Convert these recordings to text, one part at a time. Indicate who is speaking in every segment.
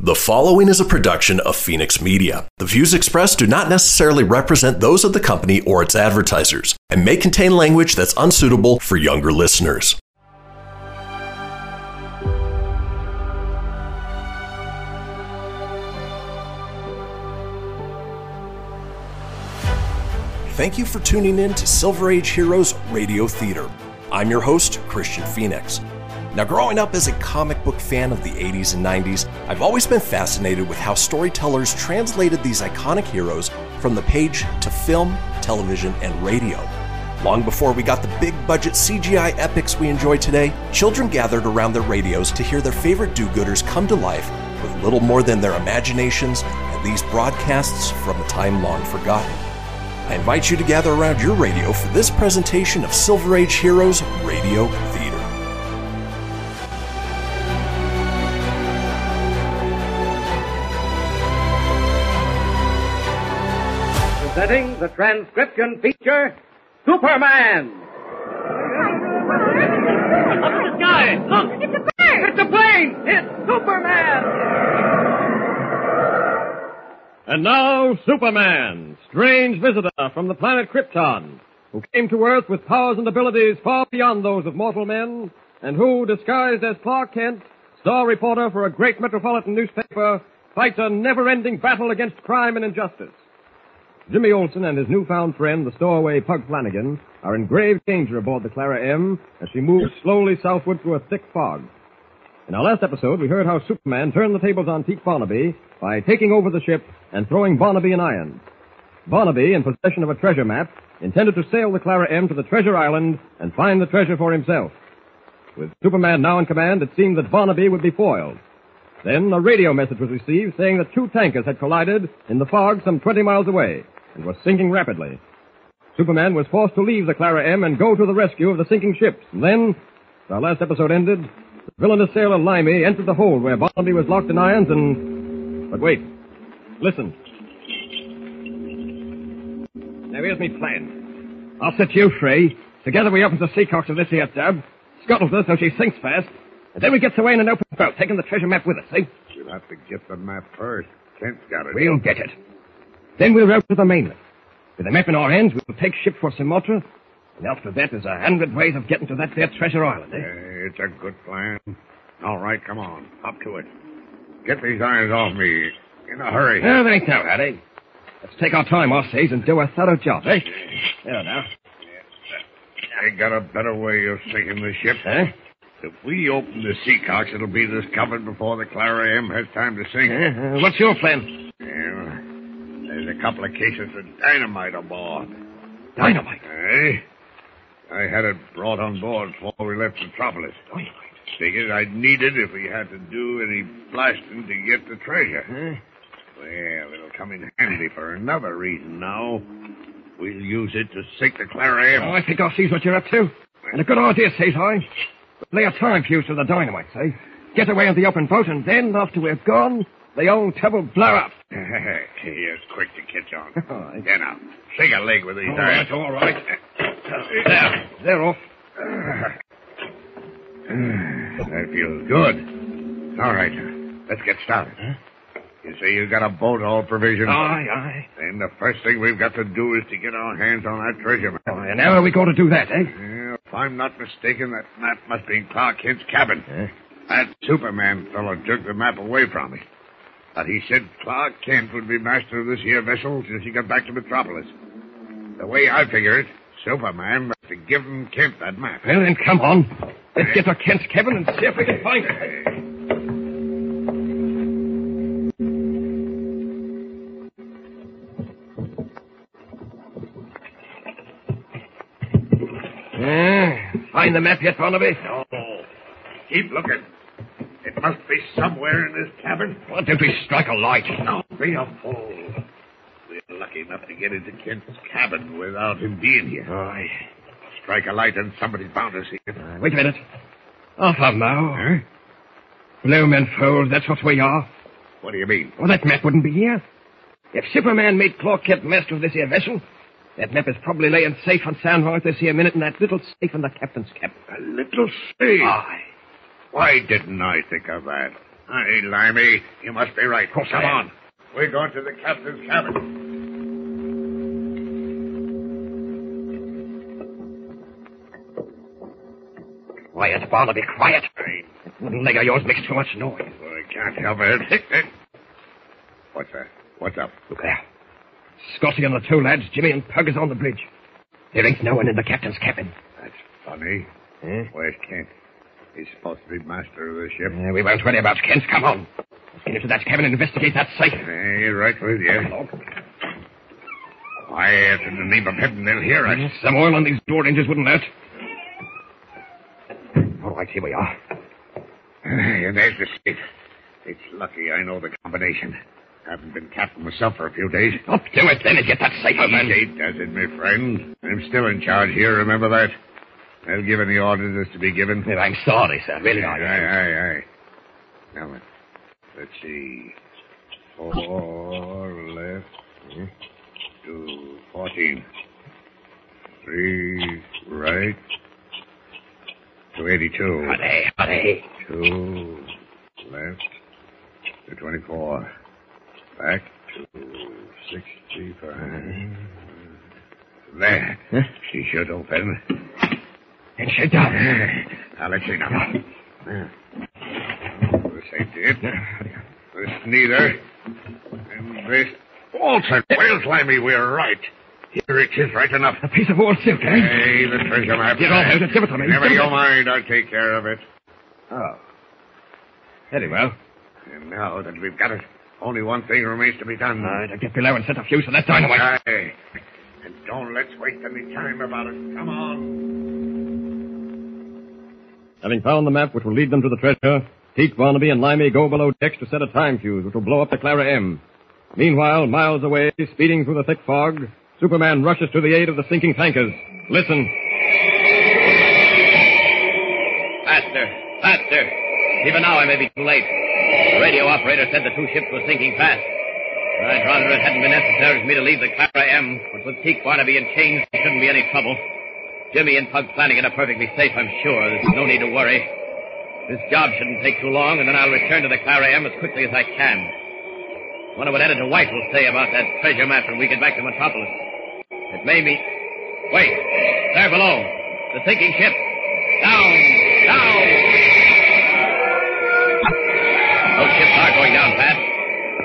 Speaker 1: The following is a production of Phoenix Media. The views expressed do not necessarily represent those of the company or its advertisers and may contain language that's unsuitable for younger listeners. Thank you for tuning in to Silver Age Heroes Radio Theater. I'm your host, Christian Phoenix. Now, growing up as a comic book fan of the 80s and 90s, I've always been fascinated with how storytellers translated these iconic heroes from the page to film, television, and radio. Long before we got the big budget CGI epics we enjoy today, children gathered around their radios to hear their favorite do gooders come to life with little more than their imaginations and these broadcasts from a time long forgotten. I invite you to gather around your radio for this presentation of Silver Age Heroes Radio Theater.
Speaker 2: Presenting the transcription feature Superman! Up in the sky! Look! It's a plane! It's a plane! It's Superman!
Speaker 3: And now, Superman, strange visitor from the planet Krypton, who came to Earth with powers and abilities far beyond those of mortal men, and who, disguised as Clark Kent, star reporter for a great metropolitan newspaper, fights a never-ending battle against crime and injustice. Jimmy Olsen and his newfound friend, the stowaway Pug Flanagan, are in grave danger aboard the Clara M as she moves slowly southward through a thick fog. In our last episode, we heard how Superman turned the tables on Pete Barnaby by taking over the ship and throwing Barnaby in irons. Barnaby, in possession of a treasure map, intended to sail the Clara M to the treasure island and find the treasure for himself. With Superman now in command, it seemed that Barnaby would be foiled. Then a radio message was received saying that two tankers had collided in the fog some 20 miles away and were sinking rapidly. Superman was forced to leave the Clara M and go to the rescue of the sinking ships. And then, as our last episode ended, the villainous sailor Limey entered the hold where Barnaby was locked in irons and... But wait. Listen. Now here's me plan. I'll set you free. Together we opens the seacocks of this here dub, scuttles her so she sinks fast, and then we gets away in an open boat, taking the treasure map with us, see?
Speaker 4: We'll have to get the map first. Kent's got it.
Speaker 3: We'll get it. Then we'll row to the mainland. With the map in our hands, we'll take ship for Sumatra, and after that there's a hundred ways of getting to that there treasure island, eh?
Speaker 4: Uh, it's a good plan. All right, come on. Up to it. Get these irons off me. In a hurry.
Speaker 3: No, Oh, there ain't no hurry. Let's take our time, I says, and do a thorough job, eh? There now.
Speaker 4: I got a better way of sinking the ship.
Speaker 3: Huh?
Speaker 4: If we open the Seacocks, it'll be discovered before the Clara M has time to sink.
Speaker 3: Huh? Uh, what's your plan?
Speaker 4: Well, there's a couple of cases of dynamite aboard.
Speaker 3: Dynamite.
Speaker 4: Eh? I had it brought on board before we left Metropolis.
Speaker 3: Dynamite.
Speaker 4: Figured I'd need it if we had to do any blasting to get the treasure.
Speaker 3: Huh?
Speaker 4: Well, it'll come in handy for another reason now. We'll use it to sink the Clara M.
Speaker 3: Oh, I think I sees what you're up to. And a good idea, says I. Lay a time fuse to the dynamite, see? Get away in the open boat, and then, after we're gone, the old tub will blow up.
Speaker 4: He's quick to catch on.
Speaker 3: All right.
Speaker 4: Get up. Shake a leg with these
Speaker 3: All
Speaker 4: irons.
Speaker 3: right, all right. There. They're off.
Speaker 4: Hmm, That feels good. All right. Let's get started. You say you got a boat all provisioned.
Speaker 3: Aye,
Speaker 4: Then the first thing we've got to do is to get our hands on that treasure
Speaker 3: aye.
Speaker 4: map.
Speaker 3: Aye, Oh, and how are we going to do that, eh?
Speaker 4: Yeah, If I'm not mistaken, that map must be in Clark Kent's cabin.
Speaker 3: Huh?
Speaker 4: That Superman fellow took the map away from me. But he said Clark Kent would be master of this here vessel since he got back to Metropolis. The way I figure it, Superman must have given Kent that map.
Speaker 3: Well, then, come on. Let's get to Kent's cabin and see if we can find it.
Speaker 5: Hmm.
Speaker 3: Yeah. Find the map yet, Barnaby?
Speaker 6: Oh,
Speaker 4: No. Keep looking. It must be somewhere in this cabin.
Speaker 3: Why don't we strike a light?
Speaker 4: Don't be a fool. We're lucky enough to get into Kent's cabin without him being here.
Speaker 3: Aye.
Speaker 4: Strike a light and somebody's bound to see it.
Speaker 3: Wait a minute. Off up now.
Speaker 4: Huh?
Speaker 3: Blue men fold, that's what we are.
Speaker 4: What do you mean?
Speaker 3: Well, that map wouldn't be here. If Superman made Clark Kent master of this here vessel, that map is probably laying safe and sound right this here minute in that little safe in the captain's cabin.
Speaker 4: A little sea.
Speaker 3: Aye.
Speaker 4: Why didn't I think of that? Hey, Limey, you must be right.
Speaker 6: Oh,
Speaker 1: course
Speaker 4: Come
Speaker 1: I am.
Speaker 4: on. We're going to the captain's cabin.
Speaker 6: Quiet, Barnaby, quiet. That little nigger of yours makes too much noise.
Speaker 4: Well, I can't help it. What's that? What's up?
Speaker 6: Look there. Scotty and the two lads, Jimmy and Pug, is on the bridge. There ain't no one in the captain's cabin.
Speaker 4: That's funny.
Speaker 6: Hmm?
Speaker 4: Where's Kent? He's supposed to be master of the ship.
Speaker 6: Uh, we won't worry about Kent. Come on. Let's get into that cabin and investigate that safe.
Speaker 4: Hey, right with you. Quiet in the name of heaven, they'll hear us.
Speaker 6: Yes, Some oil on these door hinges wouldn't hurt. All right, here we are.
Speaker 4: Hey, and there's the safe. It's lucky I know the combination. Haven't been captain myself for a few days.
Speaker 6: Up Oh, do it then and get that safe open.
Speaker 4: Eight does it, my friend. I'm still in charge here, remember that? I've given the orders as to be given.
Speaker 6: Well, I'm sorry, sir. Really
Speaker 4: Aye,
Speaker 6: sorry.
Speaker 4: aye, aye. Now, then, let's see. Four left hmm, to 14. Three right to 82.
Speaker 6: Hurry, hurry.
Speaker 4: Two left to 24. Back to 65. There. She should open.
Speaker 6: And she does.
Speaker 4: Now, let's see now. This ain't it. This neither. And this also. Well, Slimy, we're right. Here it is, right enough.
Speaker 6: A piece of old silk, eh?
Speaker 4: Hey, the treasure map.
Speaker 6: Get off, Elder. Give it to me.
Speaker 4: Never
Speaker 6: Give it
Speaker 4: you
Speaker 6: to me.
Speaker 4: mind. I'll take care of it.
Speaker 6: Oh. Very well.
Speaker 4: And now that we've got it, only one thing remains to be done.
Speaker 6: All right, I'll get below and set a fuse to that dynamite.
Speaker 4: Aye. And don't let's waste any time about it. Come on.
Speaker 3: Having found the map which will lead them to the treasure, Teak, Barnaby, and Limey go below decks to set a time fuse which will blow up the Clara M. Meanwhile, miles away, speeding through the thick fog, Superman rushes to the aid of the sinking tankers. Listen.
Speaker 6: Faster, faster. Even now I may be too late. The radio operator said the two ships were sinking fast. I'd rather it hadn't been necessary for me to leave the Clara M, but with Teak Barnaby in chains, there shouldn't be any trouble. Jimmy and Pug Flanagan are perfectly safe, I'm sure. There's no need to worry. This job shouldn't take too long, and then I'll return to the Clara M as quickly as I can. Wonder what Editor White will say about that treasure map when we get back to Metropolis. It may be. Wait! There below! The sinking ship! Down! Down! Those ships are going down fast.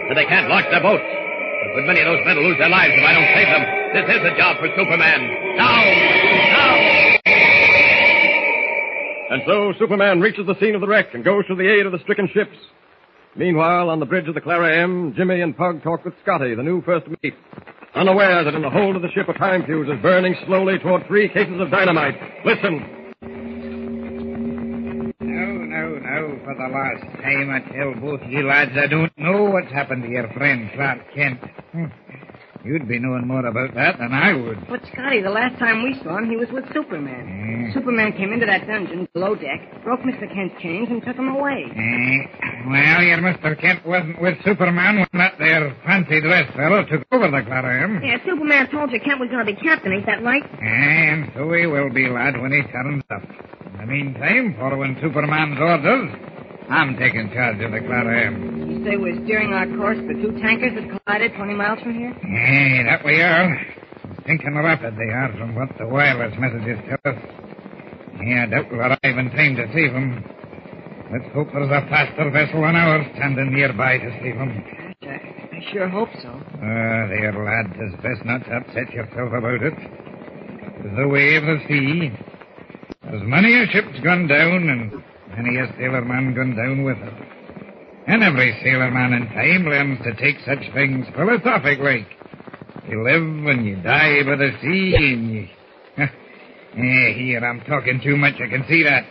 Speaker 6: And they can't launch their boats. A good many of those men will lose their lives if I don't save them. This is a job for Superman. Down! Down!
Speaker 3: And so Superman reaches the scene of the wreck and goes to the aid of the stricken ships. Meanwhile, on the bridge of the Clara M, Jimmy and Pug talk with Scotty, the new first mate, unaware that in the hold of the ship a time fuse is burning slowly toward three cases of dynamite. Listen.
Speaker 7: No, no, no. For the last time, I tell both you lads I don't know what's happened to your friend Clark Kent. Hmm. You'd be knowing more about that than I would.
Speaker 8: But Scotty, the last time we saw him, he was with Superman. Superman came into that dungeon below deck, broke Mr. Kent's chains, and took him away.
Speaker 7: Eh? Well, your Mr. Kent wasn't with Superman when that there fancy dress fellow took over the Clarion.
Speaker 8: Yeah, Superman told you Kent was going to be captain, ain't that right?
Speaker 7: Eh? And so he will be, lad, when he turns up. In the meantime, following Superman's orders, I'm taking charge of the Clarion.
Speaker 8: You say we're steering our course for two tankers that collided 20 miles from here?
Speaker 7: Hey, that we are. Thinking rapid they are from what the wireless messages tell us. Yeah, I doubt we'll arrive in time to save 'em. Let's hope there's a faster vessel than ours standing nearby to save 'em.
Speaker 8: Gosh, I, I sure hope so.
Speaker 7: Ah, there, lad, 'tis best not to upset yourself about it. 'Tis the way of the sea. There's many a ship's gone down, and many a sailorman gone down with it. And every sailorman in time learns to take such things philosophic like. You live and you die by the sea, and you. Eh, here, I'm talking too much, I can see that.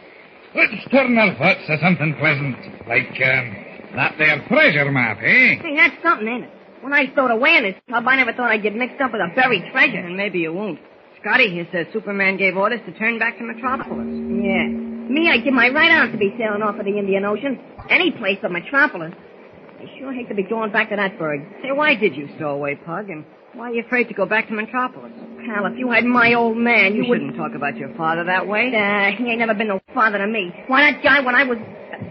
Speaker 7: Let's turn our thoughts to something pleasant, like, um, that there treasure map, eh?
Speaker 8: Hey, that's something, ain't it? When I stowed away in this tub, I never thought I'd get mixed up with a buried treasure. And maybe you won't. Scotty here says Superman gave orders to turn back to Metropolis. Yeah. Me, I'd give my right arm to be sailing off of the Indian Ocean. Any place but Metropolis. I sure hate to be going back to that bird. Say, why did you stow away, Pug? And why are you afraid to go back to Metropolis? Pal, if you had my old man, you, wouldn't talk about your father that way. Uh, he ain't never been no father to me. Why not die when I was...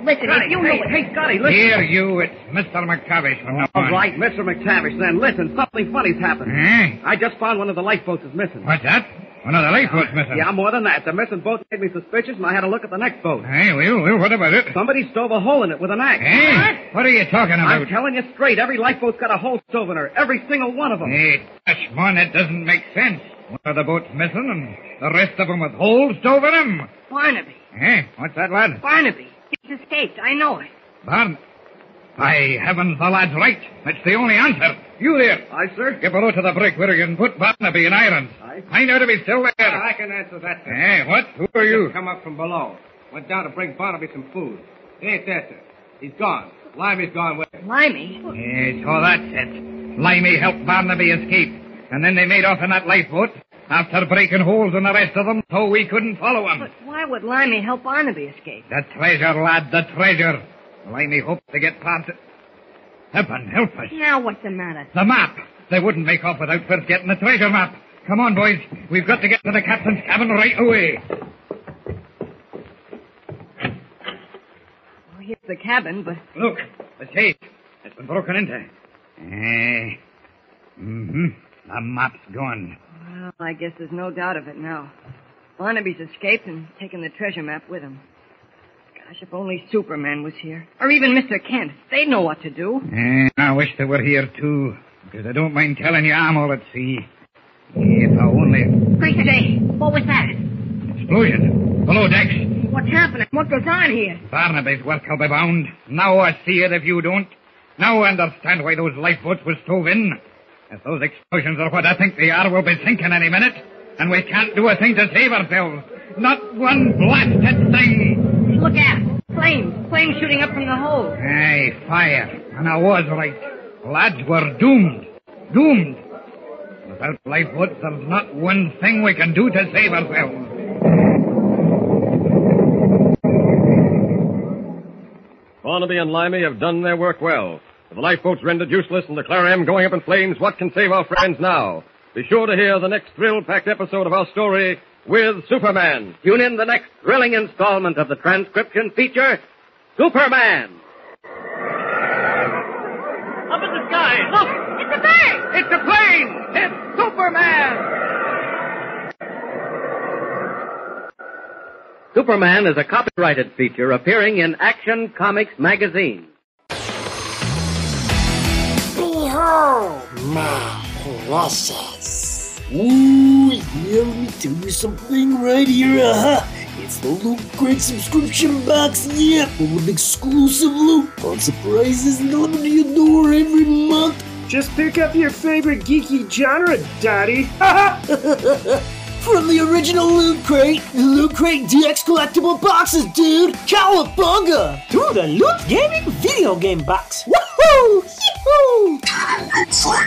Speaker 8: Listen,
Speaker 2: Scotty,
Speaker 8: if you
Speaker 2: hey,
Speaker 8: knew it.
Speaker 2: hey, Scotty, listen.
Speaker 7: Here, you. It's Mr. McTavish from now
Speaker 2: All
Speaker 7: on.
Speaker 2: right, Mr. McTavish, then. Listen, something funny's happened.
Speaker 7: Huh?
Speaker 2: I just found one of the lifeboats is missing.
Speaker 7: Eh? What's that? One of the lifeboats missing.
Speaker 2: Yeah, more than that. The missing boat made me suspicious, and I had to look at the next boat.
Speaker 7: Hey, well, well, what about it?
Speaker 2: Somebody stove a hole in it with an axe.
Speaker 7: Hey, what are you talking
Speaker 2: I'm
Speaker 7: about?
Speaker 2: telling you straight, every lifeboat's got a hole stove in her. Every single one of them.
Speaker 7: Hey, Dutch one, it doesn't make sense. One of the boats missing and the rest of them with holes over them.
Speaker 8: Barnaby.
Speaker 7: Hey, what's that lad?
Speaker 8: Barnaby. He's escaped. I know it.
Speaker 7: Barn. By heavens, the lad's right. That's the only answer. You there.
Speaker 2: Aye, sir.
Speaker 7: Get below to the brick where you can put Barnaby in irons.
Speaker 2: Aye.
Speaker 7: I know to be still there.
Speaker 2: I can answer that,
Speaker 7: Hey, what? Who are you?
Speaker 2: Come up from below. Went down to bring Barnaby some food. He ain't there, sir. He's gone. Limey's gone with him.
Speaker 8: Limey.
Speaker 7: Yes, so Oh, that's it. Limey helped Barnaby escape, and then they made off in that lifeboat after breaking holes in the rest of them so we couldn't follow them.
Speaker 8: But why would Limey help Barnaby escape?
Speaker 7: The treasure, lad, the treasure. Limey hoped to get past it. Heaven help us.
Speaker 8: Now what's the matter?
Speaker 7: The map. They wouldn't make off without first getting the treasure map. Come on, boys. We've got to get to the captain's cabin right away.
Speaker 8: Well, here's the cabin, but
Speaker 7: Look, the safe. It's been broken into. Eh. Mm-hmm. The map's gone.
Speaker 8: well, I guess there's no doubt of it now. Barnaby's escaped and taken the treasure map with him. Gosh, if only Superman was here. Or even Mr. Kent. They'd know what to do.
Speaker 7: Eh, I wish they were here, too. Because I don't mind telling you I'm all at sea. If I only...
Speaker 8: Great day. What was that?
Speaker 7: Explosion. Below decks.
Speaker 8: What's happening? What goes on here?
Speaker 7: Barnaby's work will be bound. Now I see it if you don't. Now I understand why those lifeboats were stove in. If those explosions are what I think they are, we'll be sinking any minute. And we can't do a thing to save ourselves. Not one blasted thing.
Speaker 8: Look out. Flames. Flames shooting up from the hole.
Speaker 7: Aye, fire. And I was right. Lads were doomed. Doomed. Without lifeboats, there's not one thing we can do to save ourselves.
Speaker 3: Barnaby and Limey have done their work well. With the lifeboats rendered useless and the Claram going up in flames, what can save our friends now? Be sure to hear the next thrill-packed episode of our story with Superman.
Speaker 2: Tune in the next thrilling installment of the transcription feature, Superman. Up in the sky, look! It's a bird! It's a plane! It's Superman! Superman is a copyrighted feature appearing in Action Comics magazine.
Speaker 9: Behold my process. Ooh, yeah, let me tell you something right here. Aha! It's the Loot Crate subscription box, yeah, full of exclusive loot, fun surprises, and delivered to your door every month.
Speaker 10: Just pick up your favorite geeky genre, Daddy.
Speaker 9: From the original Loot Crate, the Loot Crate DX collectible boxes, dude! Cowabunga!
Speaker 10: To the Loot Gaming video game box.
Speaker 9: Woohoo! Yee-hoo!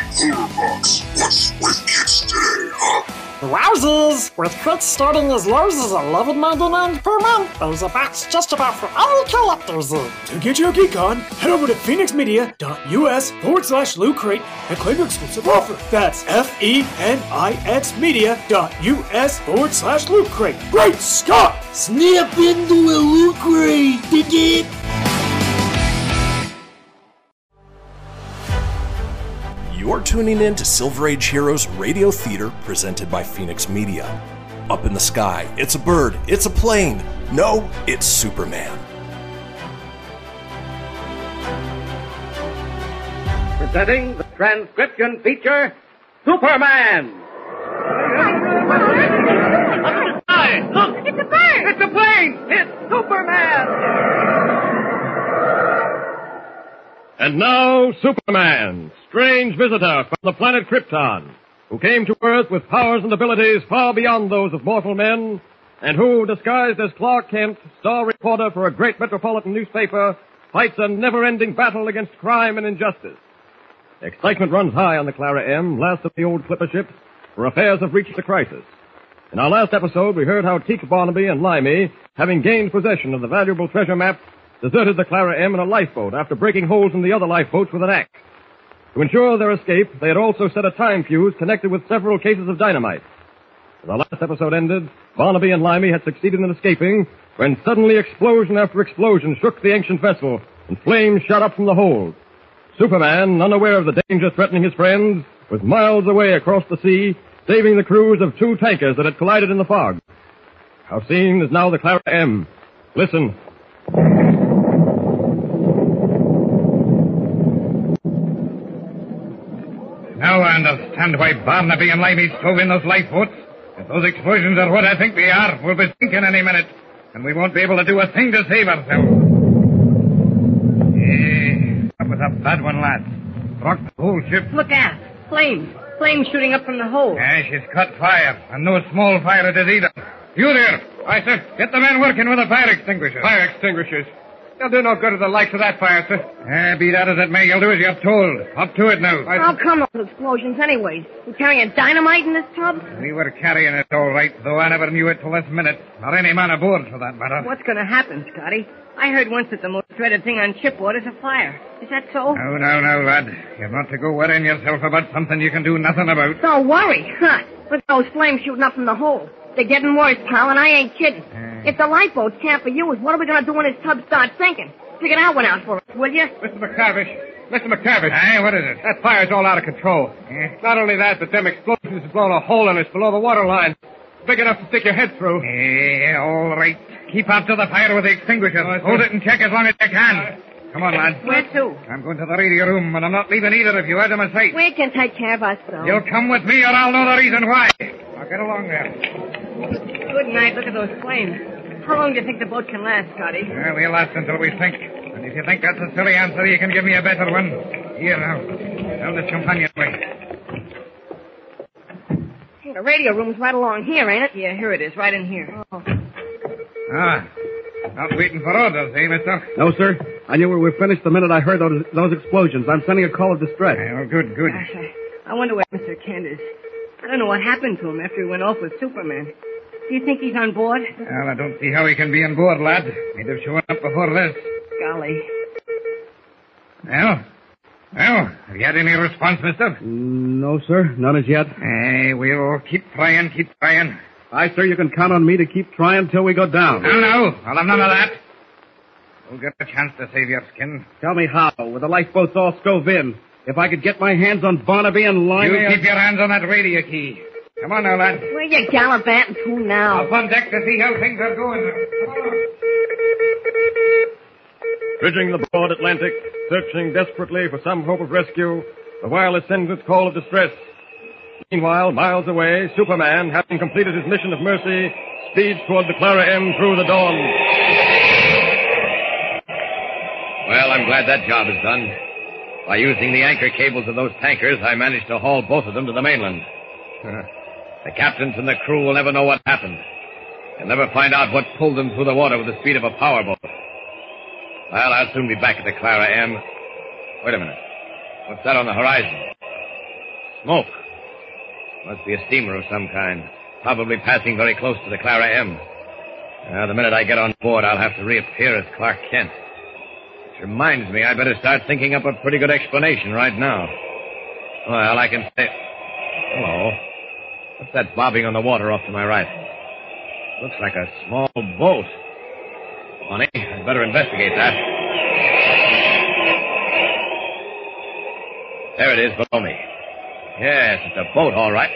Speaker 10: Wowzers! With crits starting as low as 11.99 per month, there's a box just about for all collectors. To get your geek on, head over to phoenixmedia.us forward slash loot crate and claim your exclusive offer. That's E F-E-N-I-X media.us forward slash loot crate. Great Scott!
Speaker 9: Snap into a Loot Crate! Dig it!
Speaker 1: You're tuning in to Silver Age Heroes Radio Theater presented by Phoenix Media. Up in the sky, it's a bird, it's a plane. No, it's Superman.
Speaker 2: Presenting the transcription feature, Superman! Look! It's a plane! It's a plane! It's Superman!
Speaker 3: And now, Superman, strange visitor from the planet Krypton, who came to Earth with powers and abilities far beyond those of mortal men, and who, disguised as Clark Kent, star reporter for a great metropolitan newspaper, fights a never-ending battle against crime and injustice. Excitement runs high on the Clara M, last of the old clipper ships, where affairs have reached a crisis. In our last episode, we heard how Teak Barnaby and Limey, having gained possession of the valuable treasure map, deserted the Clara M in a lifeboat after breaking holes in the other lifeboats with an axe. To ensure their escape, they had also set a time fuse connected with several cases of dynamite. When our last episode ended, Barnaby and Limey had succeeded in escaping, when suddenly explosion after explosion shook the ancient vessel, and flames shot up from the hold. Superman, unaware of the danger threatening his friends, was miles away across the sea, saving the crews of two tankers that had collided in the fog. Our scene is now the Clara M. Listen.
Speaker 7: Now I understand why Barnaby and Limey stove in those lifeboats. If those explosions are what I think they are, we'll be sinking any minute, and we won't be able to do a thing to save ourselves. Eh, that was a bad one, lad. Rocked the whole ship.
Speaker 8: Look out. Flames. Flames shooting up from the hole.
Speaker 7: Yeah, she's caught fire, and no small fire it is either. You there! I sir. Get the man working with a fire extinguisher. Fire extinguishers. They'll do no good to the likes of that fire, sir. Eh, be that as it may, you'll do as you're told. Up to it now.
Speaker 8: How Oh, come those explosions anyways? You carrying dynamite in this tub?
Speaker 7: We were carrying it all right, though I never knew it till this minute, or any man aboard for that matter.
Speaker 8: What's gonna happen, Scotty? I heard once that the most dreaded thing on shipboard is a fire. Is that so?
Speaker 7: No, no, no, lad. You're not to go worrying yourself about something you can do nothing about.
Speaker 8: Don't worry, huh? Look at those flames shooting up from the hole. They're getting worse, pal, and I ain't kidding.
Speaker 7: Mm.
Speaker 8: If the lifeboats can't be used, what are we gonna do when this tub starts sinking? Figure that one out for us, will you?
Speaker 2: Mr. McTavish. Mr. McTavish.
Speaker 7: Hey, what is it? Eh?
Speaker 2: That fire's all out of control. Not only that, but them explosions have blown a hole in us below the water line. Big enough to stick your head through.
Speaker 7: Eh, all right. Keep up to the fire with the extinguisher.
Speaker 2: Oh,
Speaker 7: Hold it in check as long as you can. Come on, lad.
Speaker 8: Where to?
Speaker 7: I'm going to the radio room, and I'm not leaving either of you out of my sight.
Speaker 8: We can take care of ourselves.
Speaker 7: You'll come with me, or I'll know the reason why. Now get along there.
Speaker 8: Good night. Look at those flames. How long do you think the boat can last, Scotty?
Speaker 7: Yeah, we'll last until we sink. And if you think that's a silly answer, you can give me a better one. Here now. Tell the companion way.
Speaker 8: The radio room's right along here, ain't it? Yeah, here it is, right in here. Oh.
Speaker 7: Ah. Not waiting for orders, eh, mister?
Speaker 11: No, sir. I knew we were finished the minute I heard those, those explosions. I'm sending a call of distress.
Speaker 7: Oh, good, good.
Speaker 12: Ah.
Speaker 8: Gosh,
Speaker 12: uh,
Speaker 8: I, I wonder where Mr. Kent is. I don't know what happened to him after he went off with Superman. Do you think he's on board?
Speaker 7: Well, I don't see how he can be on board, lad. He'd have shown up before this.
Speaker 8: Golly.
Speaker 7: Well? Well, have you had any response, mister?
Speaker 11: No, sir. None as yet.
Speaker 7: Eh, we'll keep trying, keep trying.
Speaker 11: Aye, sir, you can count on me to keep trying till we go down.
Speaker 7: No, no, I'll have none of that. We'll get a chance to save your skin.
Speaker 11: Tell me how, with the lifeboats all stove in. If I could get my hands on Barnaby and
Speaker 7: You
Speaker 11: Limey...
Speaker 7: keep your hands on that radio key. Come on now, lad.
Speaker 8: Where you gallivanting to now?
Speaker 7: Up on deck to see how things are going.
Speaker 3: Bridging the broad Atlantic, searching desperately for some hope of rescue, the wireless sends its call of distress. Meanwhile, miles away, Superman, having completed his mission of mercy, speeds toward the Clara M through the dawn.
Speaker 6: Well, I'm glad that job is done. By using the anchor cables of those tankers, I managed to haul both of them to the mainland. Huh. The captains and the crew will never know what happened. They'll never find out what pulled them through the water with the speed of a powerboat. Well, I'll soon be back at the Clara M. Wait a minute. What's that on the horizon? Smoke. Must be a steamer of some kind. Probably passing very close to the Clara M. Now, the minute I get on board, I'll have to reappear as Clark Kent. Which reminds me, I better start thinking up a pretty good explanation right now. Well, I can say. Hello. What's that bobbing on the water off to my right? Looks like a small boat. Funny. I'd better investigate that. There it is below me. Yes, it's a boat, all right.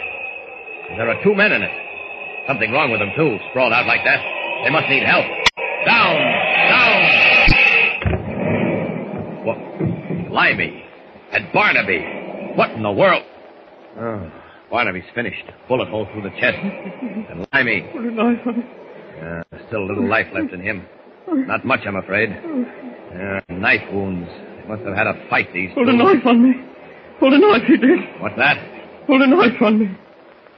Speaker 6: And There are two men in it. Something wrong with them, too, sprawled out like that. They must need help. Down! Down! What? Limey. And Barnaby. What in the world? Oh, Barnaby's finished. Bullet hole through the chest. And Limey. Uh, still a little life left in him. Not much, I'm afraid. Uh, knife wounds. They must have had a fight, these two.
Speaker 5: Pulled a knife on me. Pulled a knife, he did.
Speaker 6: What's that?
Speaker 5: Pulled a knife on me.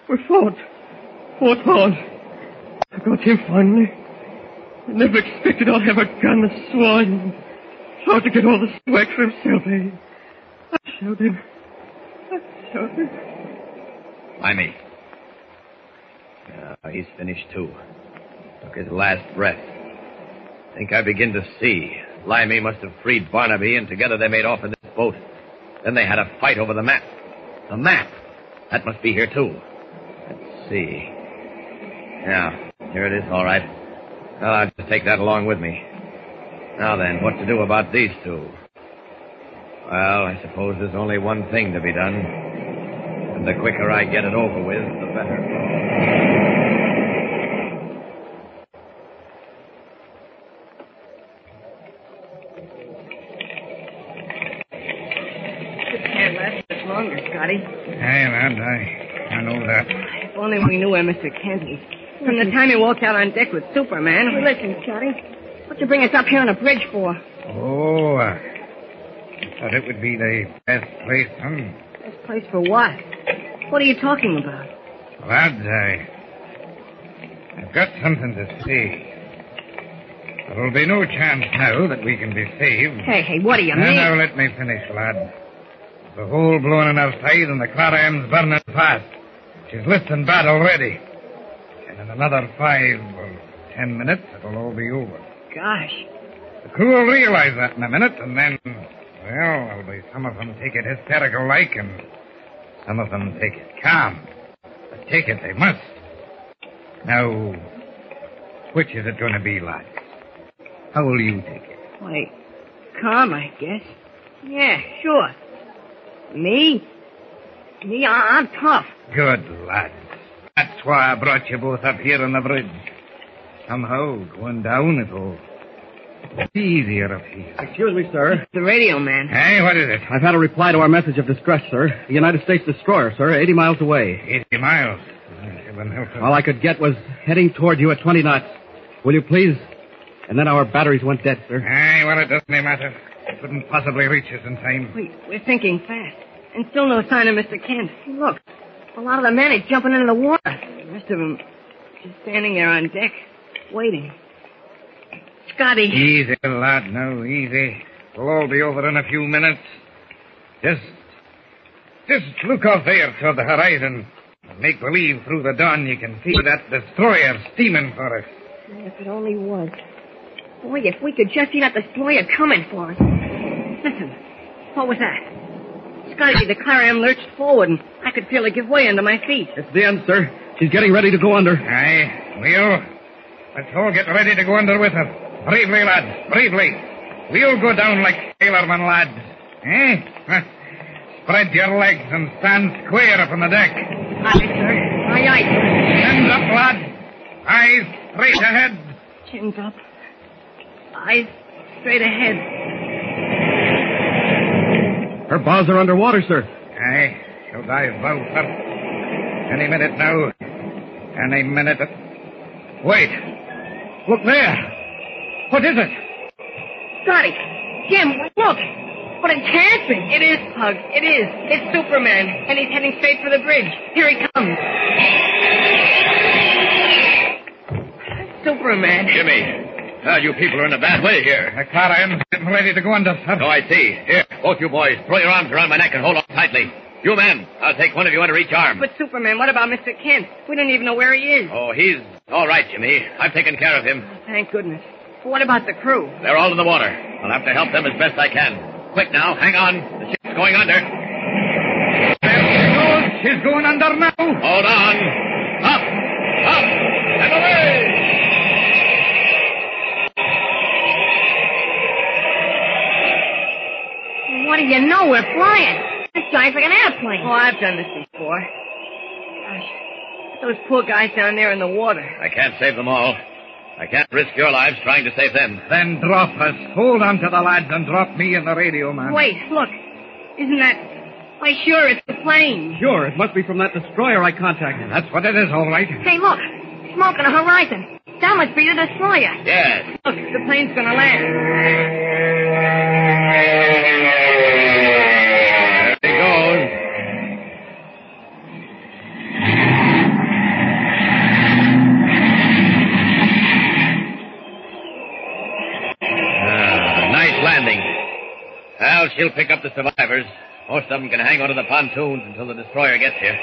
Speaker 5: We fought. Fought hard. I got him finally. I never expected I'd have a gun, the swine. Tried to get all the swag for himself, eh? I showed him. I showed him.
Speaker 6: Limey. Uh, he's finished, too. Took his last breath. Think I begin to see. Limey must have freed Barnaby, and together they made off in this boat. Then they had a fight over the map. The map! That must be here, too. Let's see. Yeah, here it is, all right. Well, I'll just take that along with me. Now then, what to do about these two? Well, I suppose there's only one thing to be done. And the quicker I get it over with, the better.
Speaker 12: Can't last much longer, Scotty.
Speaker 7: Aye, lad, I, I know that.
Speaker 12: If only we knew where Mr. Kent was. From the time he walked out on deck with Superman. listen, Scotty. What'd you bring us up here on a bridge for?
Speaker 7: Oh, uh, thought it would be the best place, Hmm, huh?
Speaker 12: This place for what? What are you talking about?
Speaker 7: Lad, I, I've got something to say. There'll be no chance now that we can be saved.
Speaker 12: Hey, hey, what do you
Speaker 7: now,
Speaker 12: mean?
Speaker 7: Now, let me finish, lad. The hole blown enough tight and the Clara M's burning fast. She's listing bad already. And in another five or ten minutes, it'll all be over.
Speaker 12: Gosh.
Speaker 7: The crew will realize that in a minute, and then, well, there'll be some of them take it hysterical like, and some of them take it calm. But take it they must. Now, which is it going to be, lad? How will you take it?
Speaker 12: Wait. Calm, I guess. Yeah, sure. Me? Me, I- I'm tough.
Speaker 7: Good lads. That's why I brought you both up here on the bridge. Somehow, going down, it'll be easier up here.
Speaker 13: Excuse me, sir.
Speaker 12: The radio man.
Speaker 7: Hey, what is it?
Speaker 13: I've had a reply to our message of distress, sir. The United States destroyer, sir, 80 miles away.
Speaker 7: 80 miles? Heaven help us.
Speaker 13: All I could get was heading toward you at 20 knots. Will you please? And then our batteries went dead, sir.
Speaker 7: Hey, well, it doesn't matter. Couldn't possibly reach us in time.
Speaker 12: Wait, we're thinking fast. And still no sign of Mr. Kent. Look, a lot of the men are jumping into the water. The rest of them just standing there on deck, waiting. Scotty.
Speaker 7: Easy, lad. No, easy. We'll all be over in a few minutes. Just, just look off there toward the horizon. Make believe through the dawn you can see that destroyer steaming for us.
Speaker 12: If it only was. Boy, if we could just see that destroyer coming for us. Listen, what was that? Scotty, the car am lurched forward, and I could feel it give way under my feet.
Speaker 13: It's the end, sir. She's getting ready to go under.
Speaker 7: Aye, we'll. Let's all get ready to go under with her. Bravely, lad, bravely. We'll go down like sailormen, lads. Eh? Spread your legs and stand square up on the deck.
Speaker 12: Aye, sir. Aye, aye.
Speaker 7: Hands up, lads. Eyes straight ahead.
Speaker 12: Chins up. Eyes straight ahead.
Speaker 13: Her bows are underwater, sir.
Speaker 7: Aye, she'll dive bow first. Any minute now. Any minute. Wait. Look there. What is it?
Speaker 12: Scotty! Jim, look! What it can't be! It is, Pug. It is. It's Superman. And he's heading straight for the bridge. Here he comes. Superman.
Speaker 6: Jimmy, now you people are in a bad way here.
Speaker 7: The Clara getting ready to go under, sir.
Speaker 6: Oh, I see. Here, both you boys, throw your arms around my neck and hold on tightly. You men, I'll take one of you under each arm.
Speaker 12: But Superman, what about Mr. Kent? We don't even know where he is.
Speaker 6: Oh, he's all right, Jimmy. I've taken care of him.
Speaker 12: Thank goodness. But what about the crew?
Speaker 6: They're all in the water. I'll have to help them as best I can. Quick now, hang on. The ship's going under.
Speaker 7: She's going under now.
Speaker 6: Hold on. Up, up, and away!
Speaker 12: What do you know? We're flying. This guy's like an airplane. Oh, I've done this before. Gosh. Those poor guys down there in the water.
Speaker 6: I can't save them all. I can't risk your lives trying to save them.
Speaker 7: Then drop us. Hold on to the lads and drop me in the radio, man.
Speaker 12: Wait, look. Isn't that. Why, sure, it's a plane.
Speaker 13: Sure, it must be from that destroyer I contacted.
Speaker 7: That's what it is, all right.
Speaker 12: Hey, look. Smoke on the horizon. That must be the destroyer.
Speaker 6: Yes.
Speaker 12: Look, the plane's gonna land.
Speaker 6: There he goes. Ah, nice landing. Well, she'll pick up the survivors. Most of them can hang onto the pontoons until the destroyer gets here.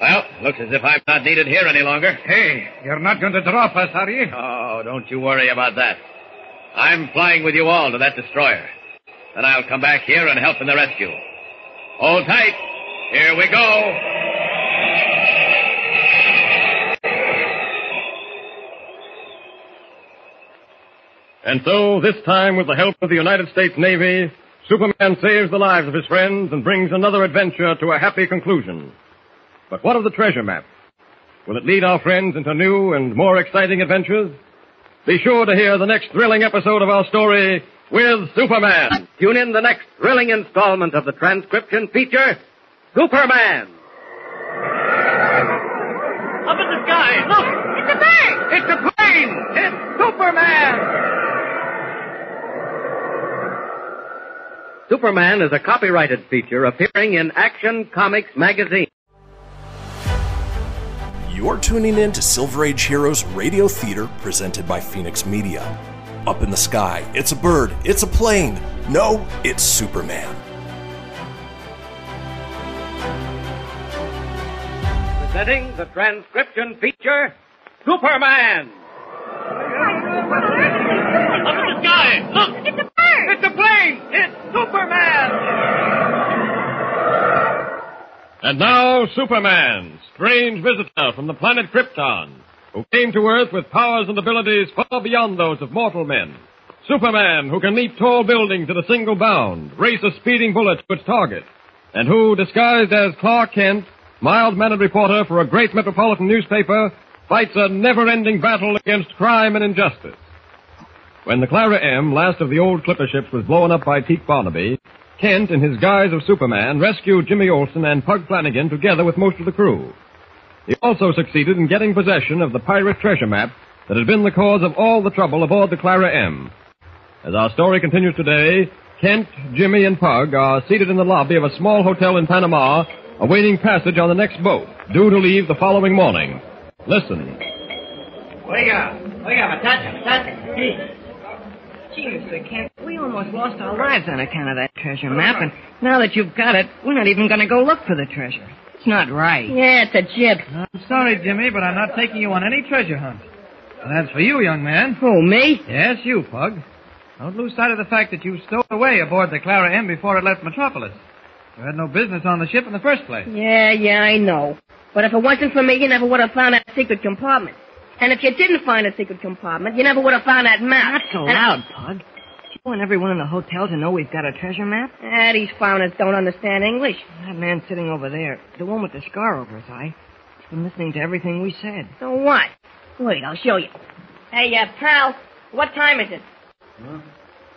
Speaker 6: Well, looks as if I'm not needed here any longer.
Speaker 7: Hey, you're not going to drop us, are you?
Speaker 6: Oh, don't you worry about that. I'm flying with you all to that destroyer. Then I'll come back here and help in the rescue. Hold tight. Here we go.
Speaker 3: And so, this time, with the help of the United States Navy, Superman saves the lives of his friends and brings another adventure to a happy conclusion. But what of the treasure map? Will it lead our friends into new and more exciting adventures? Be sure to hear the next thrilling episode of our story with Superman.
Speaker 6: Tune in the next thrilling installment of the transcription feature, Superman.
Speaker 5: Up in the sky! Look! It's a bird! It's a plane! It's Superman!
Speaker 6: Superman is a copyrighted feature appearing in Action Comics magazine.
Speaker 1: You're tuning in to Silver Age Heroes Radio Theater presented by Phoenix Media. Up in the sky, it's a bird, it's a plane. No, it's Superman.
Speaker 6: Presenting the transcription feature, Superman.
Speaker 5: Up in the sky! Look! It's a bird! It's a plane! It's Superman!
Speaker 3: And now, Superman, strange visitor from the planet Krypton, who came to Earth with powers and abilities far beyond those of mortal men. Superman, who can leap tall buildings at a single bound, race a speeding bullet to its target, and who, disguised as Clark Kent, mild-mannered reporter for a great metropolitan newspaper, fights a never-ending battle against crime and injustice. When the Clara M, last of the old clipper ships, was blown up by Teak Barnaby, Kent, in his guise of Superman, rescued Jimmy Olsen and Pug Flanagan together with most of the crew. He also succeeded in getting possession of the pirate treasure map that had been the cause of all the trouble aboard the Clara M. As our story continues today, Kent, Jimmy, and Pug are seated in the lobby of a small hotel in Panama, awaiting passage on the next boat, due to leave the following morning. Listen.
Speaker 8: Wake up! Wake up! Attention! Attention! Gee, Mr. Kent, we almost lost our lives on account of that treasure map, and now that you've got it, we're not even going to go look for the treasure. It's not right. Yeah, it's a jib.
Speaker 13: I'm sorry, Jimmy, but I'm not taking you on any treasure hunt. And that's for you, young man.
Speaker 8: Who, me?
Speaker 13: Yes, you, Pug. Don't lose sight of the fact that you stowed away aboard the Clara M before it left Metropolis. You had no business on the ship in the first place.
Speaker 8: Yeah, yeah, I know. But if it wasn't for me, you never would have found that secret compartment. And if you didn't find a secret compartment, you never would have found that map. Not
Speaker 14: so loud,
Speaker 8: Pug. Do you want everyone in the hotel to know we've got a treasure map?
Speaker 12: Uh,
Speaker 8: Ah, these foreigners don't understand English. That man sitting over there, the one with the scar over his eye, he's been listening to everything we said. So what? Wait, I'll show you. Hey, uh, pal, what time is it?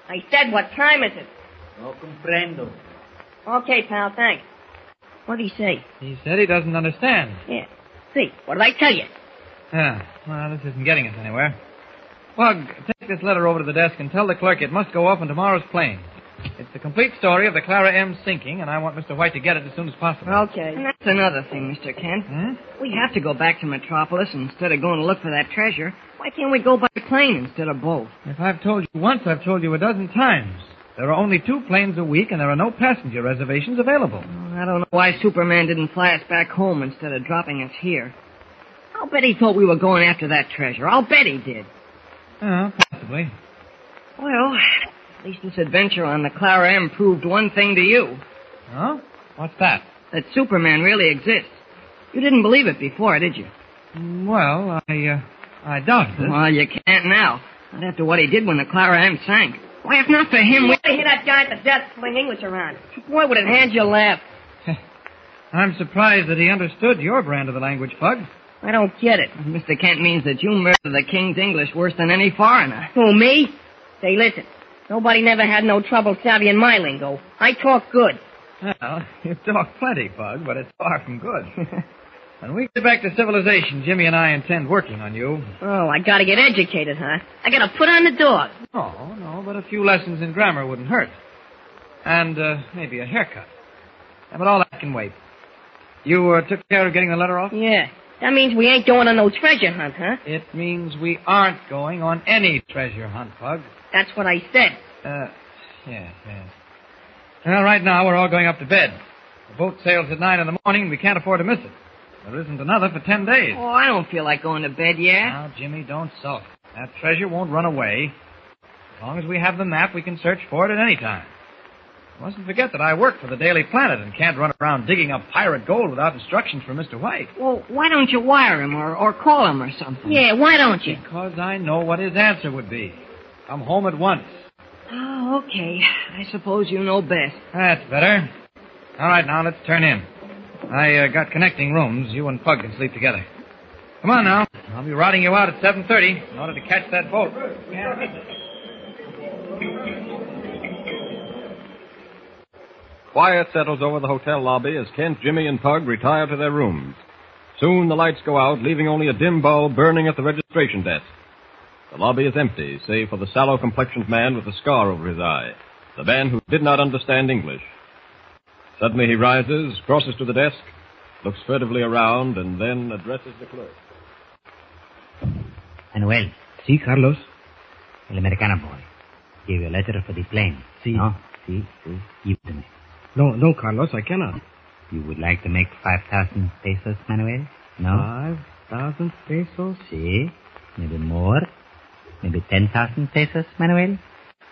Speaker 8: I said, what time is it?
Speaker 14: No comprendo.
Speaker 8: Okay, pal, thanks. What'd he say?
Speaker 13: He said he doesn't understand.
Speaker 8: Yeah. See, what did I tell you?
Speaker 13: Yeah. Well, this isn't getting us anywhere. Pug, take this letter over to the desk and tell the clerk it must go off on tomorrow's plane. It's the complete story of the Clara M sinking, and I want Mr. White to get it as soon as possible.
Speaker 8: Okay. That's another thing, Mr. Kent. We have to go back to Metropolis instead of going to look for that treasure. Why can't we go by plane instead of boat?
Speaker 13: If I've told you once, I've told you a dozen times. There are only two planes a week, and there are no passenger reservations available.
Speaker 8: I don't know why Superman didn't fly us back home instead of dropping us here. I'll bet he thought we were going after that treasure. I'll bet he did.
Speaker 15: Ah,
Speaker 13: Oh, possibly.
Speaker 8: Well, at least this adventure on the Clara M proved one thing to you.
Speaker 13: Huh? What's that?
Speaker 8: That Superman really exists. You didn't believe it before, did you?
Speaker 13: Well, I, uh, I doubt it.
Speaker 8: Well, you can't now. Not after what he did when the Clara M sank. Why, if not for him, we...
Speaker 13: Why did he hit
Speaker 8: that guy at the desk fling English around. Boy, would it hand you laugh.
Speaker 13: I'm surprised that he understood your brand of the language, Pug.
Speaker 8: I don't get it. Mr. Kent means that you murder the King's English worse than any foreigner. Who, me? Say, listen. Nobody never had no trouble savvying my lingo. I talk good.
Speaker 13: Well, you talk plenty, Pug, but it's far from good. when we get back to civilization, Jimmy and I intend working on you.
Speaker 8: Oh, I gotta get educated, huh? I gotta put on the dog.
Speaker 13: Oh, no, but a few lessons in grammar wouldn't hurt. And uh, maybe a haircut. Yeah, but all that can wait. You uh, took care of getting the letter off?
Speaker 8: Yeah. That means we ain't going on no treasure hunt, huh?
Speaker 13: It means we aren't going on any treasure hunt, Pug.
Speaker 8: That's what I said.
Speaker 13: Uh, yes, yes. Well, right now we're all going up to bed. The boat sails at nine in the morning, and we can't afford to miss it. There isn't another for ten days.
Speaker 8: Oh, I don't feel like going to bed yet.
Speaker 13: Now, Jimmy, don't sulk. That treasure won't run away. As long as we have the map, we can search for it at any time. You mustn't forget that I work for the Daily Planet and can't run around digging up pirate gold without instructions from Mr. White.
Speaker 8: Well, why don't you wire him or, or call him or something? Yeah, why don't you?
Speaker 13: Because I know what his answer would be. Come home at once.
Speaker 8: Oh, okay. I suppose you know best.
Speaker 13: That's better. All right, now let's turn in. I uh, got connecting rooms. You and Pug can sleep together. Come on now. I'll be routing you out at 7.30 in order to catch that boat.
Speaker 3: Quiet settles over the hotel lobby as Kent, Jimmy, and Pug retire to their rooms. Soon the lights go out, leaving only a dim bulb burning at the registration desk. The lobby is empty, save for the sallow complexioned man with a scar over his eye, the man who did not understand English. Suddenly he rises, crosses to the desk, looks furtively around, and then addresses the clerk.
Speaker 14: Manuel. Sí, Carlos. El americano boy. Gave you a letter for the plane. Sí. No? Sí, sí. Give it to me.
Speaker 15: No, no, Carlos, I cannot.
Speaker 14: You would like to make 5,000 pesos, Manuel? No?
Speaker 15: 5,000 pesos?
Speaker 14: Sí. Maybe more? Maybe 10,000 pesos, Manuel?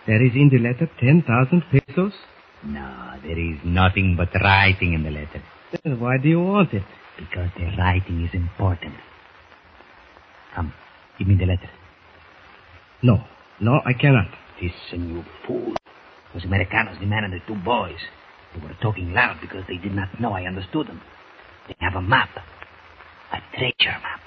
Speaker 15: There is in the letter 10,000 pesos?
Speaker 14: No, there is nothing but writing in the letter.
Speaker 15: Then why do you want it?
Speaker 14: Because the writing is important. Come, give me the letter.
Speaker 15: No, no, I cannot.
Speaker 14: Listen, you fool. Those Americanos, the man and the two boys, they were talking loud because they did not know I understood them. They have a map, a treasure map,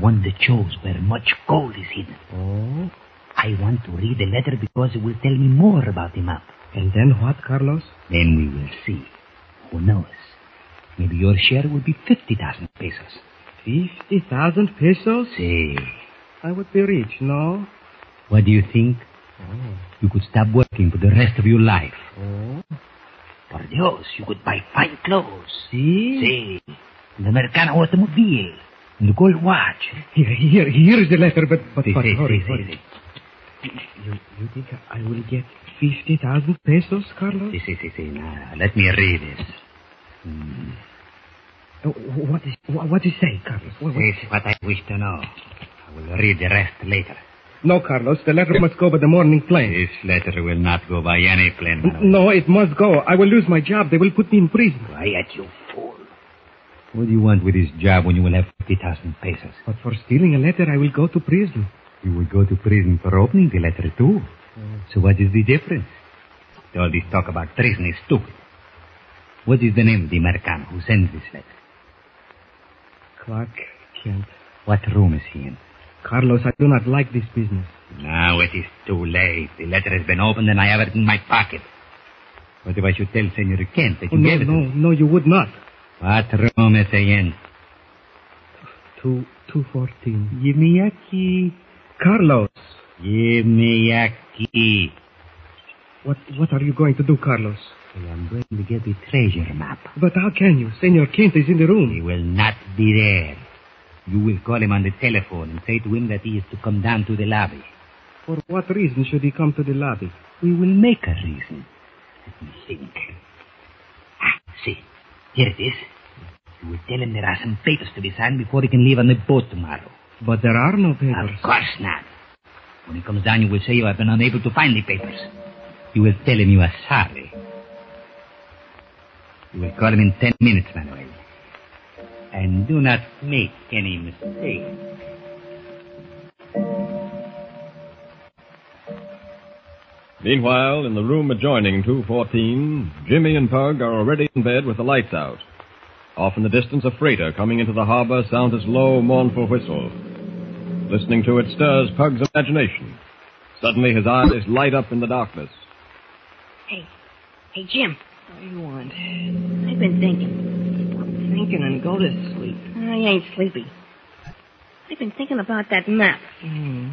Speaker 14: one that shows where much gold is hidden.
Speaker 15: Oh?
Speaker 14: I want to read the letter because it will tell me more about the map.
Speaker 15: And then what, Carlos?
Speaker 14: Then we will see. Who knows? Maybe your share will be 50,000 pesos.
Speaker 15: 50,000 pesos?
Speaker 14: See.
Speaker 15: I would be rich, no?
Speaker 14: What do you think? You could stop working for the rest of your life.
Speaker 15: Oh?
Speaker 14: Por Dios, you could buy fine clothes.
Speaker 15: See?
Speaker 14: See. An American automobile. And a gold watch.
Speaker 15: Here, here, here is the letter, but, but,
Speaker 14: See,
Speaker 15: but
Speaker 14: see,
Speaker 15: hurry,
Speaker 14: see,
Speaker 15: hurry.
Speaker 14: see, see.
Speaker 15: You, you think I will get 50,000 pesos, Carlos?
Speaker 14: See, see, see, see. Now, let me read this. Hmm.
Speaker 15: Oh, What is, wha- what is say, Carlos? What, what-
Speaker 14: This is what I wish to know. I will read the rest later.
Speaker 15: No, Carlos, the letter must go by the morning plane.
Speaker 14: This letter will not go by any plane, Manuel.
Speaker 15: No, it must go. I will lose my job. They will put me in prison.
Speaker 14: Quiet, you fool. What do you want with this job when you will have 50,000 pesos?
Speaker 15: But for stealing a letter, I will go to prison.
Speaker 14: You will go to prison for opening the letter, too.
Speaker 15: Oh.
Speaker 14: So what is the difference? All this talk about treason is stupid. What is the name of the American who sends this letter?
Speaker 15: Clark Kent.
Speaker 14: What room is he in?
Speaker 15: Carlos, I do not like this business.
Speaker 14: Now it is too late. The letter has been opened and I have it in my pocket. What if I should tell Senor Kent that
Speaker 15: Oh,
Speaker 14: you
Speaker 15: no,
Speaker 14: gave it to
Speaker 15: no,
Speaker 14: me?
Speaker 15: no, you would not.
Speaker 14: What room is he in?
Speaker 15: Two, two fourteen.
Speaker 14: Give me a key.
Speaker 15: Carlos,
Speaker 14: Give me a key.
Speaker 15: what, what are you going to do, Carlos?
Speaker 14: I am going to get the treasure map.
Speaker 15: But how can you? Senor Kent is in the room.
Speaker 14: He will not be there. You will call him on the telephone and say to him that he is to come down to the lobby.
Speaker 15: For what reason should he come to the lobby?
Speaker 14: We will make a reason. Let me think. Ah, see. Here it is. You will tell him there are some papers to be signed before he can leave on the boat tomorrow.
Speaker 15: But there are no papers.
Speaker 14: Of course not. When he comes down, you will say you have been unable to find the papers. You will tell him you are sorry. You will call him in ten minutes, Manuel. And do not make any mistake.
Speaker 3: Meanwhile, in the room adjoining 214, Jimmy and Pug are already in bed with the lights out. Off in the distance, a freighter coming into the harbor sounds its low, mournful whistle. Listening to it stirs Pug's imagination. Suddenly, his eyes light up in the darkness.
Speaker 8: Hey, hey, Jim. What do you want? I've been thinking. Stop thinking and go to sleep. I ain't sleepy. I've been thinking about that map.
Speaker 13: Hmm.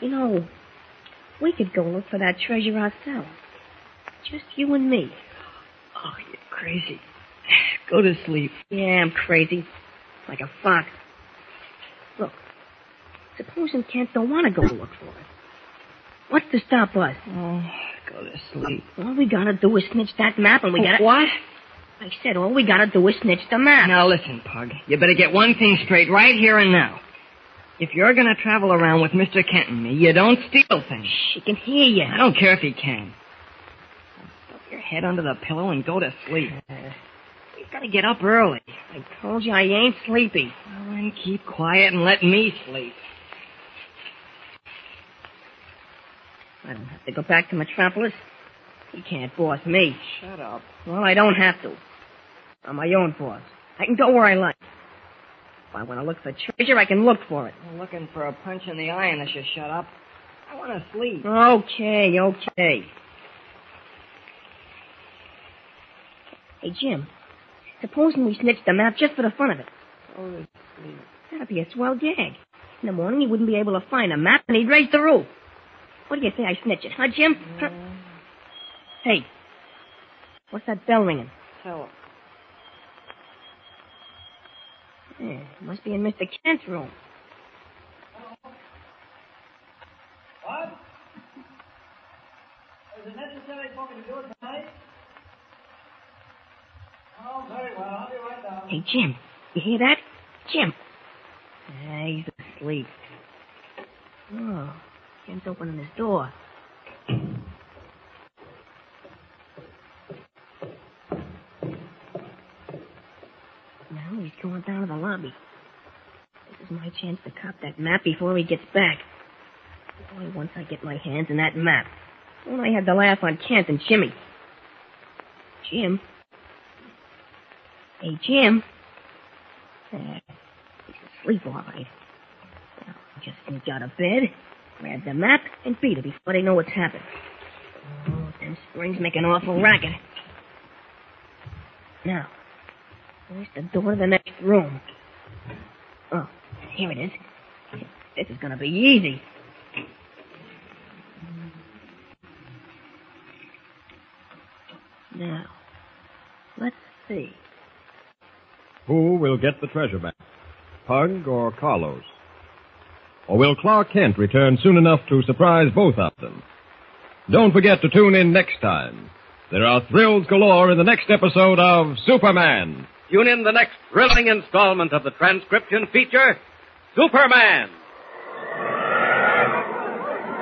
Speaker 8: You know, we could go look for that treasure ourselves. Just you and me. Oh, you're crazy. Go to sleep. Yeah, I'm crazy. Like a fox. Look, supposing Kent don't want to go look for it. What's to stop us? Oh, go to sleep. All we gotta do is snitch that map and we gotta... What? I said all we gotta do is snitch the map.
Speaker 12: Now listen, Pug. You better get one thing straight right here and now. If you're gonna travel around with Mr. Kent and me, you don't steal things.
Speaker 8: She can hear you.
Speaker 12: I don't care if he can. Dump your head under the pillow and go to sleep.
Speaker 8: We gotta get up early. I told you I ain't sleepy.
Speaker 12: Well, then keep quiet and let me sleep.
Speaker 8: I don't have to go back to Metropolis. He can't boss me.
Speaker 12: Shut up.
Speaker 8: Well, I don't have to. I'm my own boss. I can go where I like. If I want to look for treasure, I can look for it.
Speaker 12: I'm looking for a punch in the eye unless you shut up. I want to sleep.
Speaker 8: Okay, okay. Hey, Jim. Supposing we snitched the map just for the fun of it.
Speaker 12: Holy sleep.
Speaker 8: That'd be a swell gag. In the morning, he wouldn't be able to find a map, and he'd raise the roof. What do you say I snitch it, huh, Jim? Huh? Hey, what's that bell ringing?
Speaker 12: Tell him.
Speaker 8: Yeah, Eh, it must be in Mr. Kent's room.
Speaker 16: What? Is it necessary for me to do it tonight? Oh, very well. I'll be right down.
Speaker 8: Hey, Jim, you hear that? Jim. Ah, he's asleep. Oh, Kent's opening his door. Now he's going down to the lobby. This is my chance to cop that map before he gets back. Only once I get my hands on that map. When I had the laugh on Kent and Jimmy. Jim? Hey, Jim? Ah, Sleep all right. Now, just sneak out of bed, grab the map, and beat it before they know what's happened. Oh, them springs make an awful racket. Now, where's the door to the next room? Oh, here it is. This is gonna be easy. Now, let's see.
Speaker 3: Who will get the treasure back? Pug or Carlos? Or will Clark Kent return soon enough to surprise both of them? Don't forget to tune in next time. There are thrills galore in the next episode of Superman.
Speaker 6: Tune in the next thrilling installment of the transcription feature, Superman.